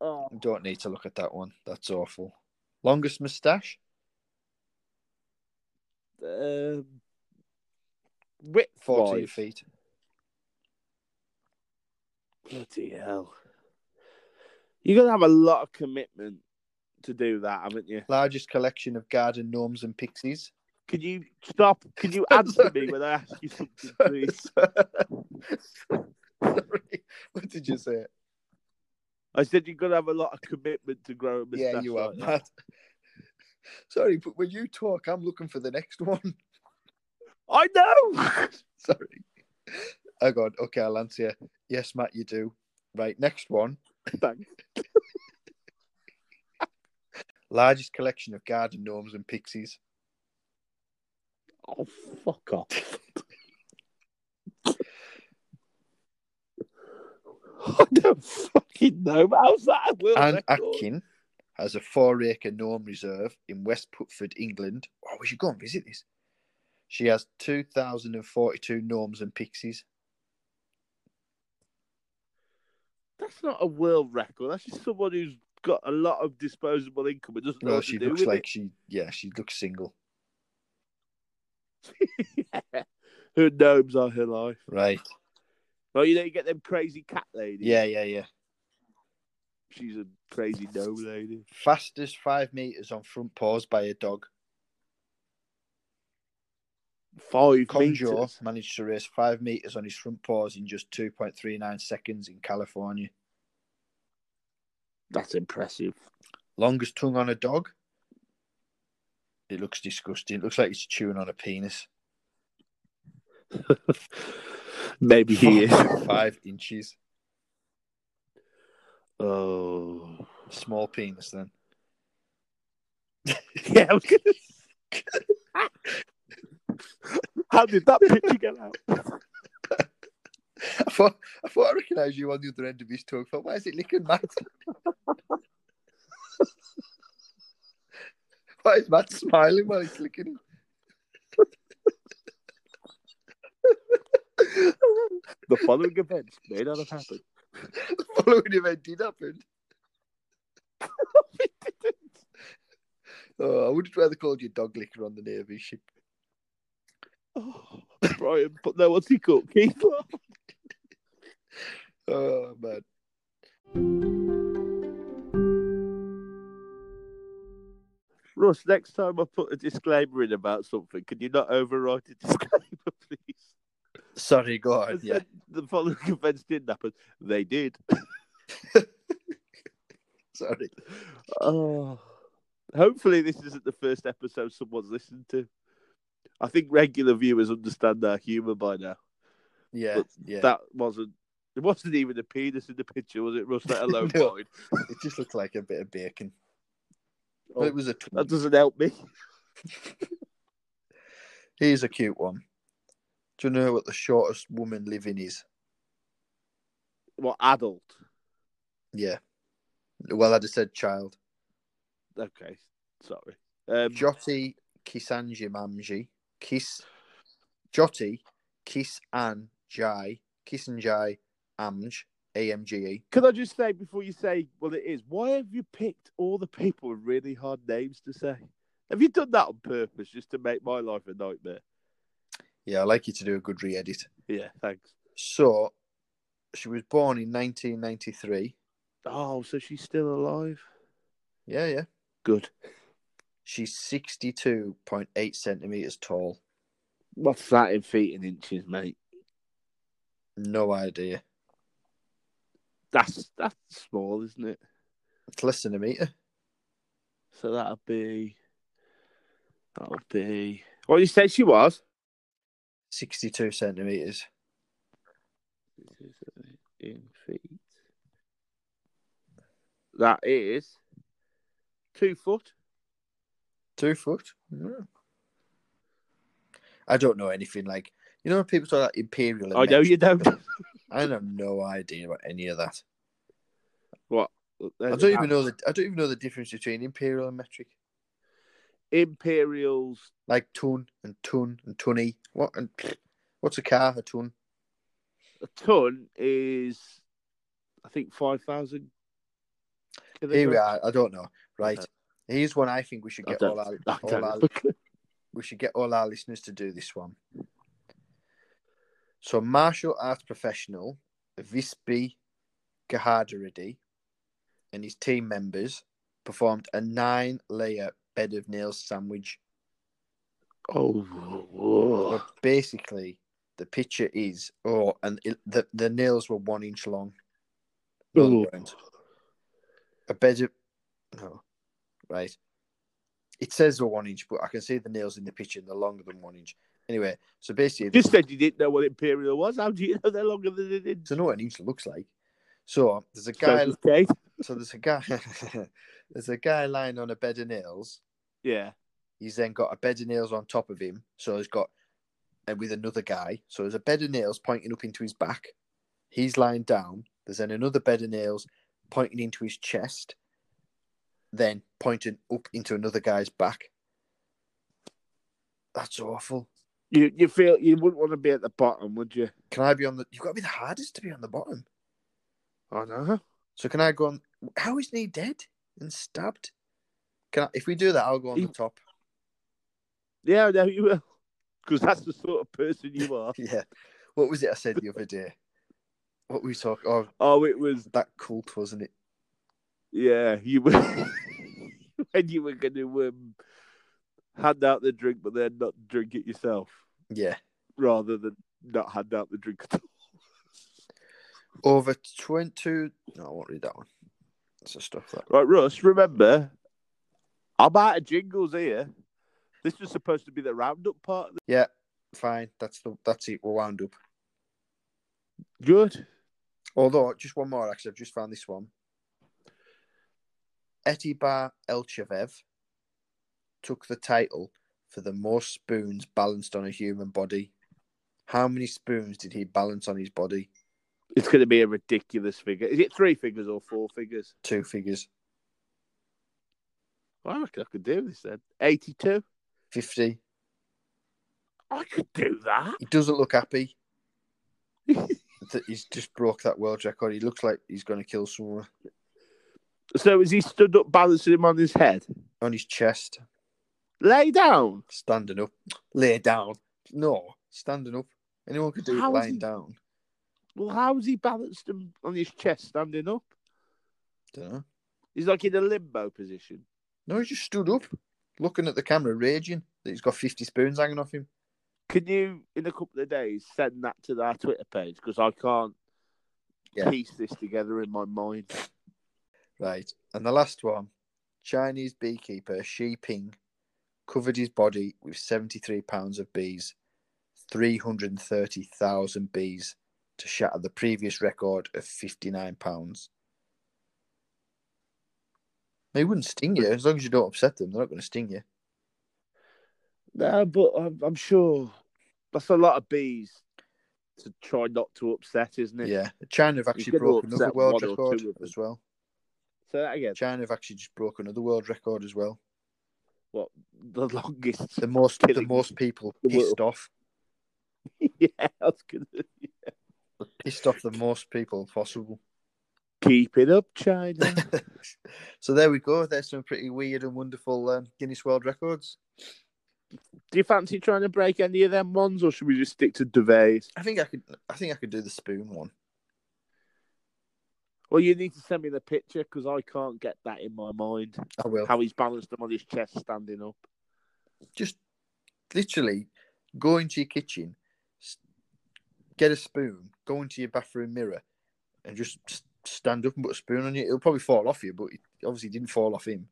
Speaker 2: Oh,
Speaker 1: don't need to look at that one. That's awful. Longest mustache?
Speaker 2: um, width
Speaker 1: 14
Speaker 2: wise.
Speaker 1: feet.
Speaker 2: Bloody hell. You're going to have a lot of commitment to do that, haven't you?
Speaker 1: Largest collection of garden gnomes and pixies.
Speaker 2: Could you stop? Could you
Speaker 1: I'm
Speaker 2: answer
Speaker 1: sorry.
Speaker 2: me when I ask you something,
Speaker 1: Sorry,
Speaker 2: please?
Speaker 1: Sorry. What did you say?
Speaker 2: I said you're going to have a lot of commitment to grow a mustache.
Speaker 1: yeah, you are
Speaker 2: like that.
Speaker 1: mad. Sorry, but when you talk, I'm looking for the next one.
Speaker 2: I know.
Speaker 1: Sorry. Oh God. Okay, I'll answer. you. Yes, Matt, you do. Right, next one.
Speaker 2: Thanks.
Speaker 1: Largest collection of garden gnomes and pixies.
Speaker 2: Oh, fuck off. I don't fucking know. but How's that? a world
Speaker 1: Anne
Speaker 2: record?
Speaker 1: Atkin has a four-acre gnome reserve in West Putford, England. Oh, we should go and visit this. She has two thousand and forty-two gnomes and pixies.
Speaker 2: That's not a world record. That's just someone who's got a lot of disposable income and doesn't know
Speaker 1: Well,
Speaker 2: what
Speaker 1: she
Speaker 2: to do
Speaker 1: looks
Speaker 2: with
Speaker 1: like she. Yeah, she looks single.
Speaker 2: it. Her gnomes are her life.
Speaker 1: Right.
Speaker 2: Well, you know, you get them crazy cat ladies.
Speaker 1: Yeah, yeah, yeah.
Speaker 2: She's a crazy gnome lady.
Speaker 1: Fastest five meters on front paws by a dog.
Speaker 2: Five
Speaker 1: Conjure
Speaker 2: meters.
Speaker 1: managed to race five meters on his front paws in just 2.39 seconds in California.
Speaker 2: That's impressive.
Speaker 1: Longest tongue on a dog. It looks disgusting. It looks like it's chewing on a penis.
Speaker 2: Maybe he is.
Speaker 1: Five inches.
Speaker 2: Oh.
Speaker 1: Small penis, then.
Speaker 2: Yeah, I was gonna How did that picture get out?
Speaker 1: I thought I, thought I recognised you on the other end of his tongue. I thought, why is it licking Matt? why is Matt smiling while he's licking him?
Speaker 2: The following events may not have happened.
Speaker 1: The following event did happen. Oh, I would have rather called you dog licker on the Navy ship.
Speaker 2: Oh, Brian, but no, what's he called? Keith?
Speaker 1: Oh, man.
Speaker 2: Russ, next time I put a disclaimer in about something, can you not overwrite a disclaimer, please?
Speaker 1: Sorry, go
Speaker 2: I
Speaker 1: on. Uh, Yeah.
Speaker 2: said The following events didn't happen. They did.
Speaker 1: Sorry.
Speaker 2: Oh. Hopefully, this isn't the first episode someone's listened to. I think regular viewers understand our humour by now.
Speaker 1: Yeah.
Speaker 2: But
Speaker 1: yeah.
Speaker 2: That wasn't. It wasn't even a penis in the picture, was it, Russ? Let alone
Speaker 1: No.
Speaker 2: mine.
Speaker 1: It just looks like a bit of bacon. But it was a twin.
Speaker 2: Oh, That doesn't help me.
Speaker 1: Here's a cute one. Do you know what the shortest woman living is?
Speaker 2: What adult?
Speaker 1: Yeah. Well, I'd have said child.
Speaker 2: Okay, sorry. Um,
Speaker 1: Jyoti Kisanjimamji. Kis. Jyoti Kisanjai. Kisanjai Amj. AMGE.
Speaker 2: Could I just say before you say well it is, why have you picked all the people with really hard names to say? Have you done that on purpose just to make my life a nightmare?
Speaker 1: Yeah, I'd like you to do a good re edit.
Speaker 2: Yeah, thanks.
Speaker 1: So, she was born in 1993.
Speaker 2: Oh, so she's still alive?
Speaker 1: Yeah, yeah.
Speaker 2: Good.
Speaker 1: She's 62.8 centimeters tall.
Speaker 2: What's that in feet and inches, mate?
Speaker 1: No idea.
Speaker 2: That's that's small, isn't it?
Speaker 1: It's less than a meter.
Speaker 2: So that'll be that'll be what you said she was.
Speaker 1: 62 centimeters.
Speaker 2: uh, In feet. That is two foot.
Speaker 1: Two foot. Yeah. I don't know anything like you know when people talk about imperial. and
Speaker 2: I know
Speaker 1: metric?
Speaker 2: you don't.
Speaker 1: I have no idea about any of that.
Speaker 2: what?
Speaker 1: I don't even know the I don't even know the difference between imperial and metric.
Speaker 2: Imperials.
Speaker 1: Like ton and ton and tunny. What and what's a car? A ton.
Speaker 2: A ton is, I think, five thousand.
Speaker 1: Here we are. I don't know. Right.
Speaker 2: Okay.
Speaker 1: Here's one I think we should get all our, all our we should get all our listeners to do this one. So, martial arts professional Visby Gahadaridi and his team members performed a nine layer bed of nails sandwich.
Speaker 2: Oh,
Speaker 1: But basically, the picture is oh, and it, the, the nails were one inch long. No, they
Speaker 2: Ooh.
Speaker 1: weren't. A bed of no, right. It says they're one inch, but I can see the nails in the picture and they're longer than one inch. Anyway, so basically,
Speaker 2: just said you didn't know what imperial was. How do you know they're longer than an inch?
Speaker 1: to know what an inch looks like. So there's a guy.
Speaker 2: So, okay.
Speaker 1: So there's a guy. there's a guy lying on a bed of nails.
Speaker 2: Yeah.
Speaker 1: He's then got a bed of nails on top of him. So he's got, and with another guy. So there's a bed of nails pointing up into his back. He's lying down. There's then another bed of nails pointing into his chest. Then pointing up into another guy's back. That's awful.
Speaker 2: You you feel you wouldn't want to be at the bottom, would you?
Speaker 1: Can I be on the? You've got to be the hardest to be on the bottom.
Speaker 2: I know.
Speaker 1: So can I go on? How isn't he dead and stabbed? Can I, if we do that, I'll go on
Speaker 2: He-
Speaker 1: the top.
Speaker 2: Yeah, I know you will. Because that's the sort of person you are.
Speaker 1: Yeah. What was it I said the other day? What we talk? Oh,
Speaker 2: oh, it was
Speaker 1: that cult wasn't it?
Speaker 2: Yeah, you were when you were going to um, hand out the drink, but then not drink it yourself,
Speaker 1: Yeah.
Speaker 2: rather than not hand out the drink at all.
Speaker 1: Over twenty. No, I won't read that one. That's a stuff that.
Speaker 2: Right, Russ, remember, I'm out of jingles here. This was supposed to be the roundup part. of
Speaker 1: Yeah. Fine. That's the. That's it. We're wound up.
Speaker 2: the- Good.
Speaker 1: Although, just one more. Actually, I've just found this one. Etibar Elchevev took the title for the most spoons balanced on a human body. How many spoons did he balance on his body?
Speaker 2: It's going to be a ridiculous figure. Is it three figures or four figures?
Speaker 1: Two figures.
Speaker 2: I reckon I could do this then. 82?
Speaker 1: 50.
Speaker 2: I could do that.
Speaker 1: He doesn't look happy that he's just broke that world record. He looks like he's going to kill someone
Speaker 2: so is he stood up balancing him on his head?
Speaker 1: on his chest,
Speaker 2: Lay down.
Speaker 1: standing up, lay down. No, standing up. Anyone could do
Speaker 2: How
Speaker 1: it
Speaker 2: is
Speaker 1: lying
Speaker 2: he-
Speaker 1: down.
Speaker 2: Well, how's he balanced him on his chest standing up?
Speaker 1: Don't know.
Speaker 2: He's like in a limbo position.
Speaker 1: No, he just stood up, looking at the camera, raging that he's got 50 spoons hanging off him.
Speaker 2: Can you, in a couple of days, send that to our Twitter page? Because I can't
Speaker 1: Yeah.
Speaker 2: piece this together in my mind.
Speaker 1: Right. And the last one Chinese beekeeper Xi Ping covered his body with 73 pounds of bees, 330,000 bees to shatter the previous record of 59 pounds. They wouldn't sting you as long as you don't upset them. They're not going to sting you.
Speaker 2: No, but I'm, I'm sure that's a lot of bees to try not to upset, isn't it?
Speaker 1: Yeah, China have actually
Speaker 2: gonna
Speaker 1: broke
Speaker 2: upset
Speaker 1: another world
Speaker 2: one or
Speaker 1: record
Speaker 2: two of them.
Speaker 1: as well.
Speaker 2: Say that again.
Speaker 1: China have actually just broke another world record as well.
Speaker 2: What the longest?
Speaker 1: The most, the
Speaker 2: Killing
Speaker 1: most people
Speaker 2: the world.
Speaker 1: pissed off,
Speaker 2: yeah, I was gonna.
Speaker 1: pissed off the most people possible.
Speaker 2: Keep it up, China.
Speaker 1: so there we go. There's some pretty weird and wonderful um, Guinness World Records.
Speaker 2: Do you fancy trying to break any of them ones, or should we just stick to Duvet?
Speaker 1: I think I could. I think I could do the spoon one.
Speaker 2: Well, you need to send me the picture because I can't get that in my mind.
Speaker 1: I will.
Speaker 2: How he's balanced them on his chest, standing up.
Speaker 1: Just literally go into your kitchen, s- get a spoon, go into your bathroom mirror, and just s- stand up and put a spoon on you. It'll probably fall off you, but it obviously didn't fall off him.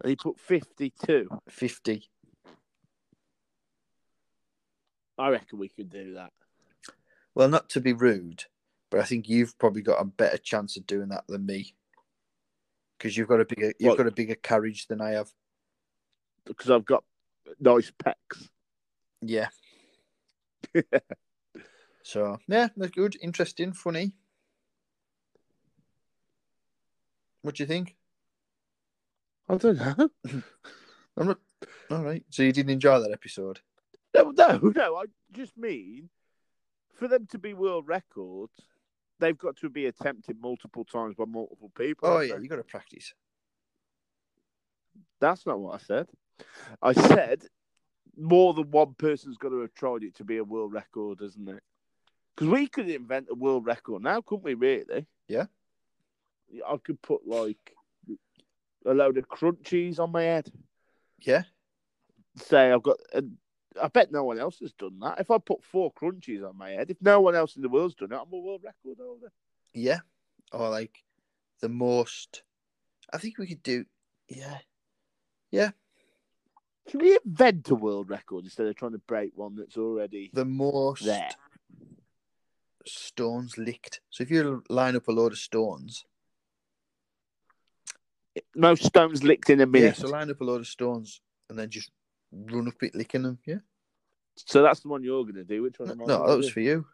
Speaker 2: And he put fifty-two.
Speaker 1: Fifty.
Speaker 2: I reckon we could do that.
Speaker 1: Well, not to be rude, but I think you've probably got a better chance of doing that than me. Because you've got a bigger, you've
Speaker 2: Well-
Speaker 1: got a bigger carriage than I have.
Speaker 2: because I've got nice pecs.
Speaker 1: Yeah. so yeah, that's good, interesting, funny. What do you think?
Speaker 2: I don't know.
Speaker 1: I'm not. All right. So you didn't enjoy that episode?
Speaker 2: No, no, no. I just mean for them to be world records, they've got to be attempted multiple times by multiple people.
Speaker 1: Oh
Speaker 2: haven't
Speaker 1: yeah,
Speaker 2: they?
Speaker 1: you got to practice.
Speaker 2: that's not what I said. I said more than one person's got to have tried it to be a world record, isn't it? Because we could invent a world record now, couldn't we? Really?
Speaker 1: Yeah.
Speaker 2: I could put like a load of crunchies on my head.
Speaker 1: Yeah.
Speaker 2: say I've got. Uh, I bet no one else has done that. If I put four crunchies on my head, if no one else in the world's done it, I'm a world record holder.
Speaker 1: Yeah. Or like the most. I think we could do. Yeah.
Speaker 2: Should we invent a world record instead of trying to break one that's already
Speaker 1: The most
Speaker 2: there?
Speaker 1: stones licked. So if you line up a load of stones,
Speaker 2: Most stones licked in a
Speaker 1: yeah.
Speaker 2: minute.
Speaker 1: So line up a load of stones and then just run up it licking them. Yeah.
Speaker 2: so that's the one you're going to do. Which one?
Speaker 1: No,
Speaker 2: am I
Speaker 1: no
Speaker 2: gonna
Speaker 1: that was
Speaker 2: do?
Speaker 1: for you.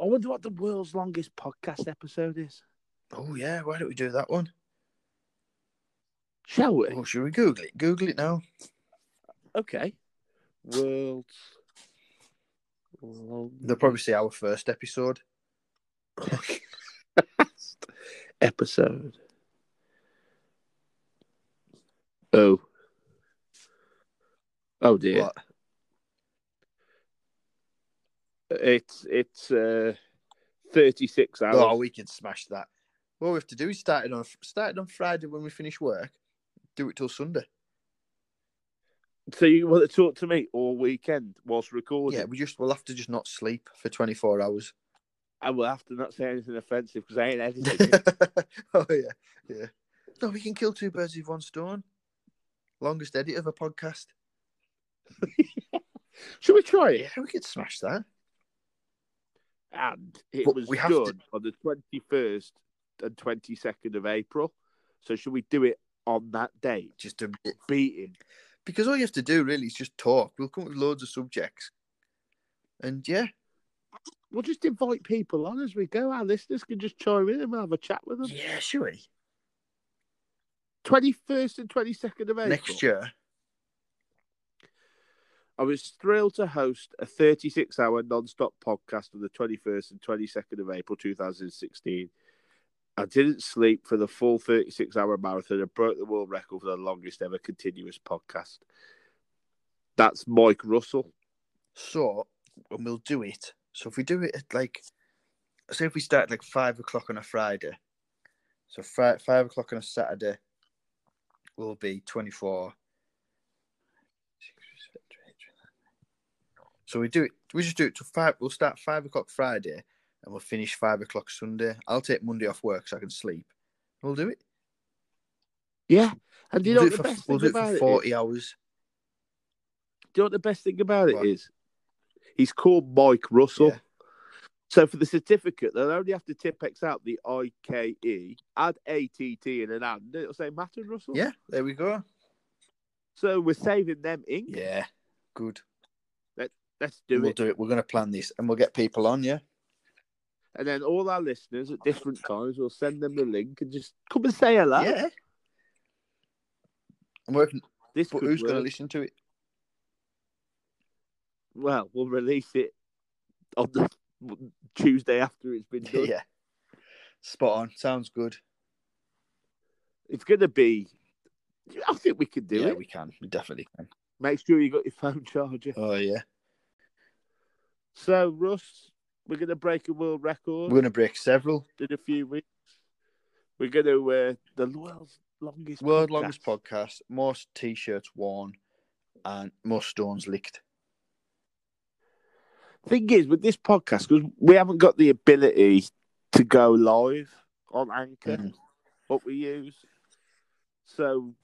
Speaker 2: I wonder what the world's longest podcast episode is.
Speaker 1: Oh yeah, why don't we do that one?
Speaker 2: Shall we?
Speaker 1: Oh, should we Google it? Google it now.
Speaker 2: Okay. World's. longest
Speaker 1: They'll probably see our first episode.
Speaker 2: episode. Oh. Oh dear.
Speaker 1: What?
Speaker 2: It's it's uh thirty six hours.
Speaker 1: Oh, we can smash that. What we have to do is start it on start it on Friday when we finish work. Do it till Sunday.
Speaker 2: So you want to talk to me all weekend whilst recording?
Speaker 1: Yeah, we just we'll have to just not sleep for twenty four hours.
Speaker 2: I will have to not say anything offensive because I ain't editing. it.
Speaker 1: oh yeah, yeah. No, we can kill two birds with one stone. Longest edit of a podcast.
Speaker 2: Should we try
Speaker 1: Yeah,
Speaker 2: it?
Speaker 1: we could smash that.
Speaker 2: And it
Speaker 1: But
Speaker 2: was
Speaker 1: we have
Speaker 2: done
Speaker 1: to-
Speaker 2: on the twenty first and twenty second of April. So should we do it on that date?
Speaker 1: Just a bit.
Speaker 2: Beating.
Speaker 1: because all you have to do really is just talk. We'll come up with loads of subjects, and yeah,
Speaker 2: We'll just invite people on as we go. Our listeners can just chime in and we'll have a chat with them.
Speaker 1: yeah, sure.
Speaker 2: Twenty first and twenty second of April.
Speaker 1: Next year,
Speaker 2: I was thrilled to host a 36 hour non stop podcast on the 21st and 22nd of April 2016. I didn't sleep for the full 36 hour marathon and broke the world record for the longest ever continuous podcast. That's Mike Russell.
Speaker 1: so and we'll do it. So if we do it at like, say if we start at like five o'clock on a Friday, so five five o'clock on a Saturday will be twenty four. So we do it. We just do it till five. We'll start five o'clock Friday, and we'll finish five o'clock Sunday. I'll take Monday off work so I can sleep. We'll do it.
Speaker 2: Yeah. And do you know
Speaker 1: we'll
Speaker 2: what the
Speaker 1: do it
Speaker 2: best
Speaker 1: for, we'll
Speaker 2: thing
Speaker 1: do it for
Speaker 2: about it? is?
Speaker 1: 40 hours.
Speaker 2: Do you know what the best thing about it
Speaker 1: What?
Speaker 2: is? He's called Mike Russell.
Speaker 1: Yeah.
Speaker 2: So for the certificate, they'll only have to tip X out the IKE, add ATT in an and, it'll say Matt and Russell.
Speaker 1: Yeah, there we go.
Speaker 2: So we're saving them ink.
Speaker 1: Yeah, good.
Speaker 2: Let's do
Speaker 1: we'll
Speaker 2: it.
Speaker 1: do it. We're going to plan this and we'll get people on, yeah?
Speaker 2: And then all our listeners at different times, we'll send them the link and just come and say hello.
Speaker 1: Yeah. I'm working,
Speaker 2: This
Speaker 1: but
Speaker 2: could
Speaker 1: who's going to
Speaker 2: work.
Speaker 1: listen to it?
Speaker 2: Well, we'll release it on the Tuesday after it's been done.
Speaker 1: yeah. Spot on. Sounds good.
Speaker 2: It's going to be. I think we can do
Speaker 1: yeah,
Speaker 2: it.
Speaker 1: we can. We definitely can.
Speaker 2: Make sure you got your phone charger.
Speaker 1: Oh, yeah.
Speaker 2: So, Russ, we're going to break a world record
Speaker 1: We're going to break several.
Speaker 2: in a few weeks. We're going to uh, the world's longest
Speaker 1: World longest podcast, most t shirts worn, and most stones licked.
Speaker 2: Thing is, with this podcast, because we haven't got the ability to go live on Anchor,
Speaker 1: Mhm.
Speaker 2: what we use, so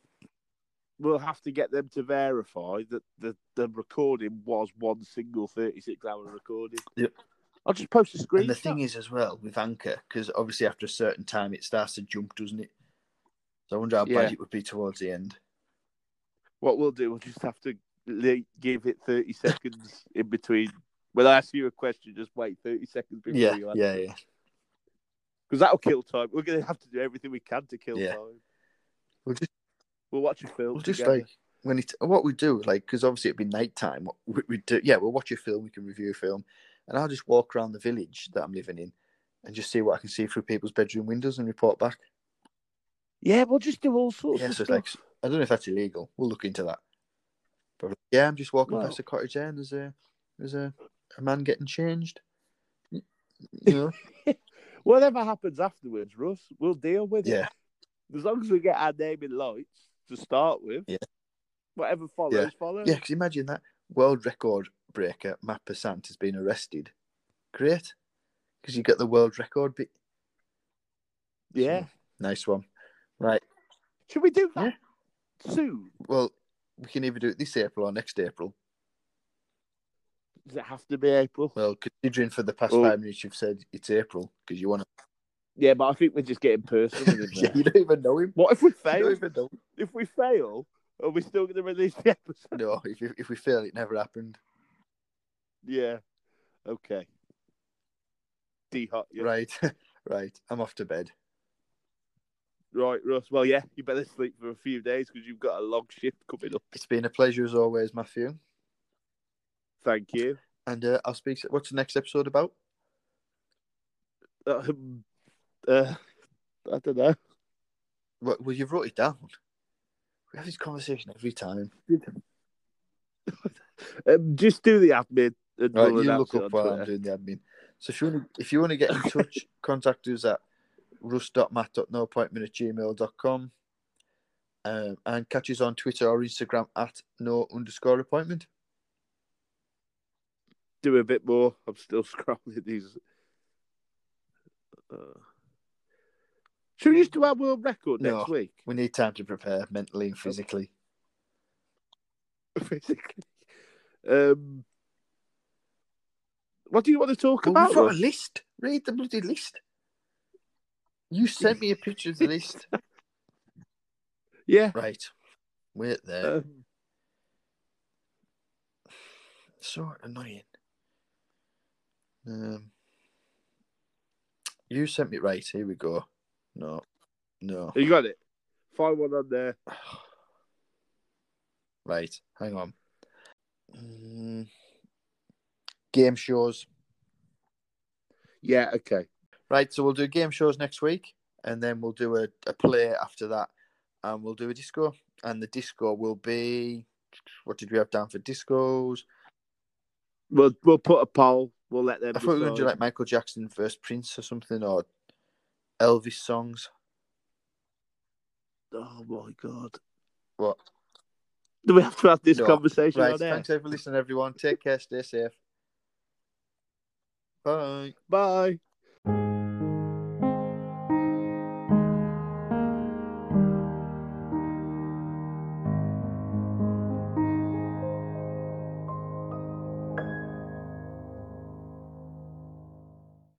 Speaker 2: we'll have to get them to verify that the, the recording was one single thirty-six hour recording.
Speaker 1: Yep.
Speaker 2: I'll just post a screen.
Speaker 1: And the thing is, as well, with Anchor, because obviously after a certain time it starts to jump, doesn't it? So I wonder how
Speaker 2: Yeah.
Speaker 1: bad it would be towards the end.
Speaker 2: What we'll do, we'll just have to li- give it 30 seconds in between. When I ask you a question, just wait 30 seconds before
Speaker 1: Yeah,
Speaker 2: you
Speaker 1: yeah, yeah.
Speaker 2: Because that'll kill time. We're going to have to do everything we can to kill
Speaker 1: Yeah.
Speaker 2: time.
Speaker 1: We'll just,
Speaker 2: We'll watch a film.
Speaker 1: we'll just
Speaker 2: together.
Speaker 1: like when it what we do, like because obviously it'd be night time. What we, we do, yeah, we'll watch a film, we can review a film, and I'll just walk around the village that I'm living in and just see what I can see through people's bedroom windows and report back.
Speaker 2: Yeah, we'll just do all sorts
Speaker 1: Yeah,
Speaker 2: of
Speaker 1: so
Speaker 2: stuff.
Speaker 1: it's like I don't know if that's illegal. We'll look into that. But yeah, I'm just walking
Speaker 2: Well-
Speaker 1: past a cottage there, and there's a there's a, a man getting changed. You know,
Speaker 2: Whatever happens afterwards, Russ, we'll deal with
Speaker 1: yeah.
Speaker 2: it. As long as we get our name in lights to start with.
Speaker 1: Yeah.
Speaker 2: Whatever follows, follows.
Speaker 1: Yeah, because imagine that world record breaker Matt Passant has been arrested. Great, because you get the world record. Bit.
Speaker 2: Yeah.
Speaker 1: Nice one. Right.
Speaker 2: Should we do that soon?
Speaker 1: Well, we can either do it this April or next April.
Speaker 2: Does it have to be April?
Speaker 1: Well, considering for the past
Speaker 2: Oh.
Speaker 1: five minutes you've said it's April because you want to.
Speaker 2: yeah, but I think we're just getting personal. with it
Speaker 1: yeah,
Speaker 2: now.
Speaker 1: you don't even know him.
Speaker 2: What if we
Speaker 1: You
Speaker 2: fail?
Speaker 1: don't even know. Him.
Speaker 2: If we fail, are we still going to release the episode?
Speaker 1: No, if you- if we fail, it never happened.
Speaker 2: Yeah. Okay. D hot. Yeah. Right.
Speaker 1: Right, right. I'm off to bed.
Speaker 2: Russ. Well, yeah, you better sleep for a few days because you've got a long shift coming up.
Speaker 1: It's been a pleasure as always, Matthew.
Speaker 2: Thank you.
Speaker 1: And uh, I'll speak. What's the next episode about?
Speaker 2: Um, uh, I don't know.
Speaker 1: Well, well, you've wrote it down. We have this conversation every time.
Speaker 2: Um, just do the admin. And
Speaker 1: Right,
Speaker 2: we'll
Speaker 1: you
Speaker 2: announce
Speaker 1: look
Speaker 2: it
Speaker 1: up
Speaker 2: on
Speaker 1: while I'm
Speaker 2: Twitter.
Speaker 1: doing the admin. So if you want to, if you want to get in touch, contact us at rust.mat.noappointment at gmail.com um, and catch us on Twitter or Instagram at no underscore appointment.
Speaker 2: Do a bit more. I'm still scrolling these. Uh, should we just do our world record
Speaker 1: No.
Speaker 2: next week?
Speaker 1: We need time to prepare mentally and physically.
Speaker 2: basically. Um, what do you want to talk
Speaker 1: Well, we've
Speaker 2: about?
Speaker 1: got a
Speaker 2: Russ?
Speaker 1: list. Read the bloody list. You sent me a picture of the list.
Speaker 2: Yeah.
Speaker 1: Right. Wait there.
Speaker 2: Um,
Speaker 1: so annoying. Um, you sent me right. Here we go. No, no.
Speaker 2: you got it. Find one on there.
Speaker 1: Right, hang on. Mm, game shows.
Speaker 2: Yeah. Okay.
Speaker 1: Right, so we'll do game shows next week, and then we'll do a, a play after that, and we'll do a disco. And the disco will be what did we have down for discos?
Speaker 2: We'll we'll put a poll. We'll let them.
Speaker 1: I thought we were going to do
Speaker 2: decide.
Speaker 1: like Michael Jackson versus Prince or something, or Elvis songs.
Speaker 2: Oh my god.
Speaker 1: What?
Speaker 2: Do we have to have this
Speaker 1: No.
Speaker 2: conversation
Speaker 1: Right,
Speaker 2: on air?
Speaker 1: thanks for listening, everyone. Take care, stay safe. Bye.
Speaker 2: Bye.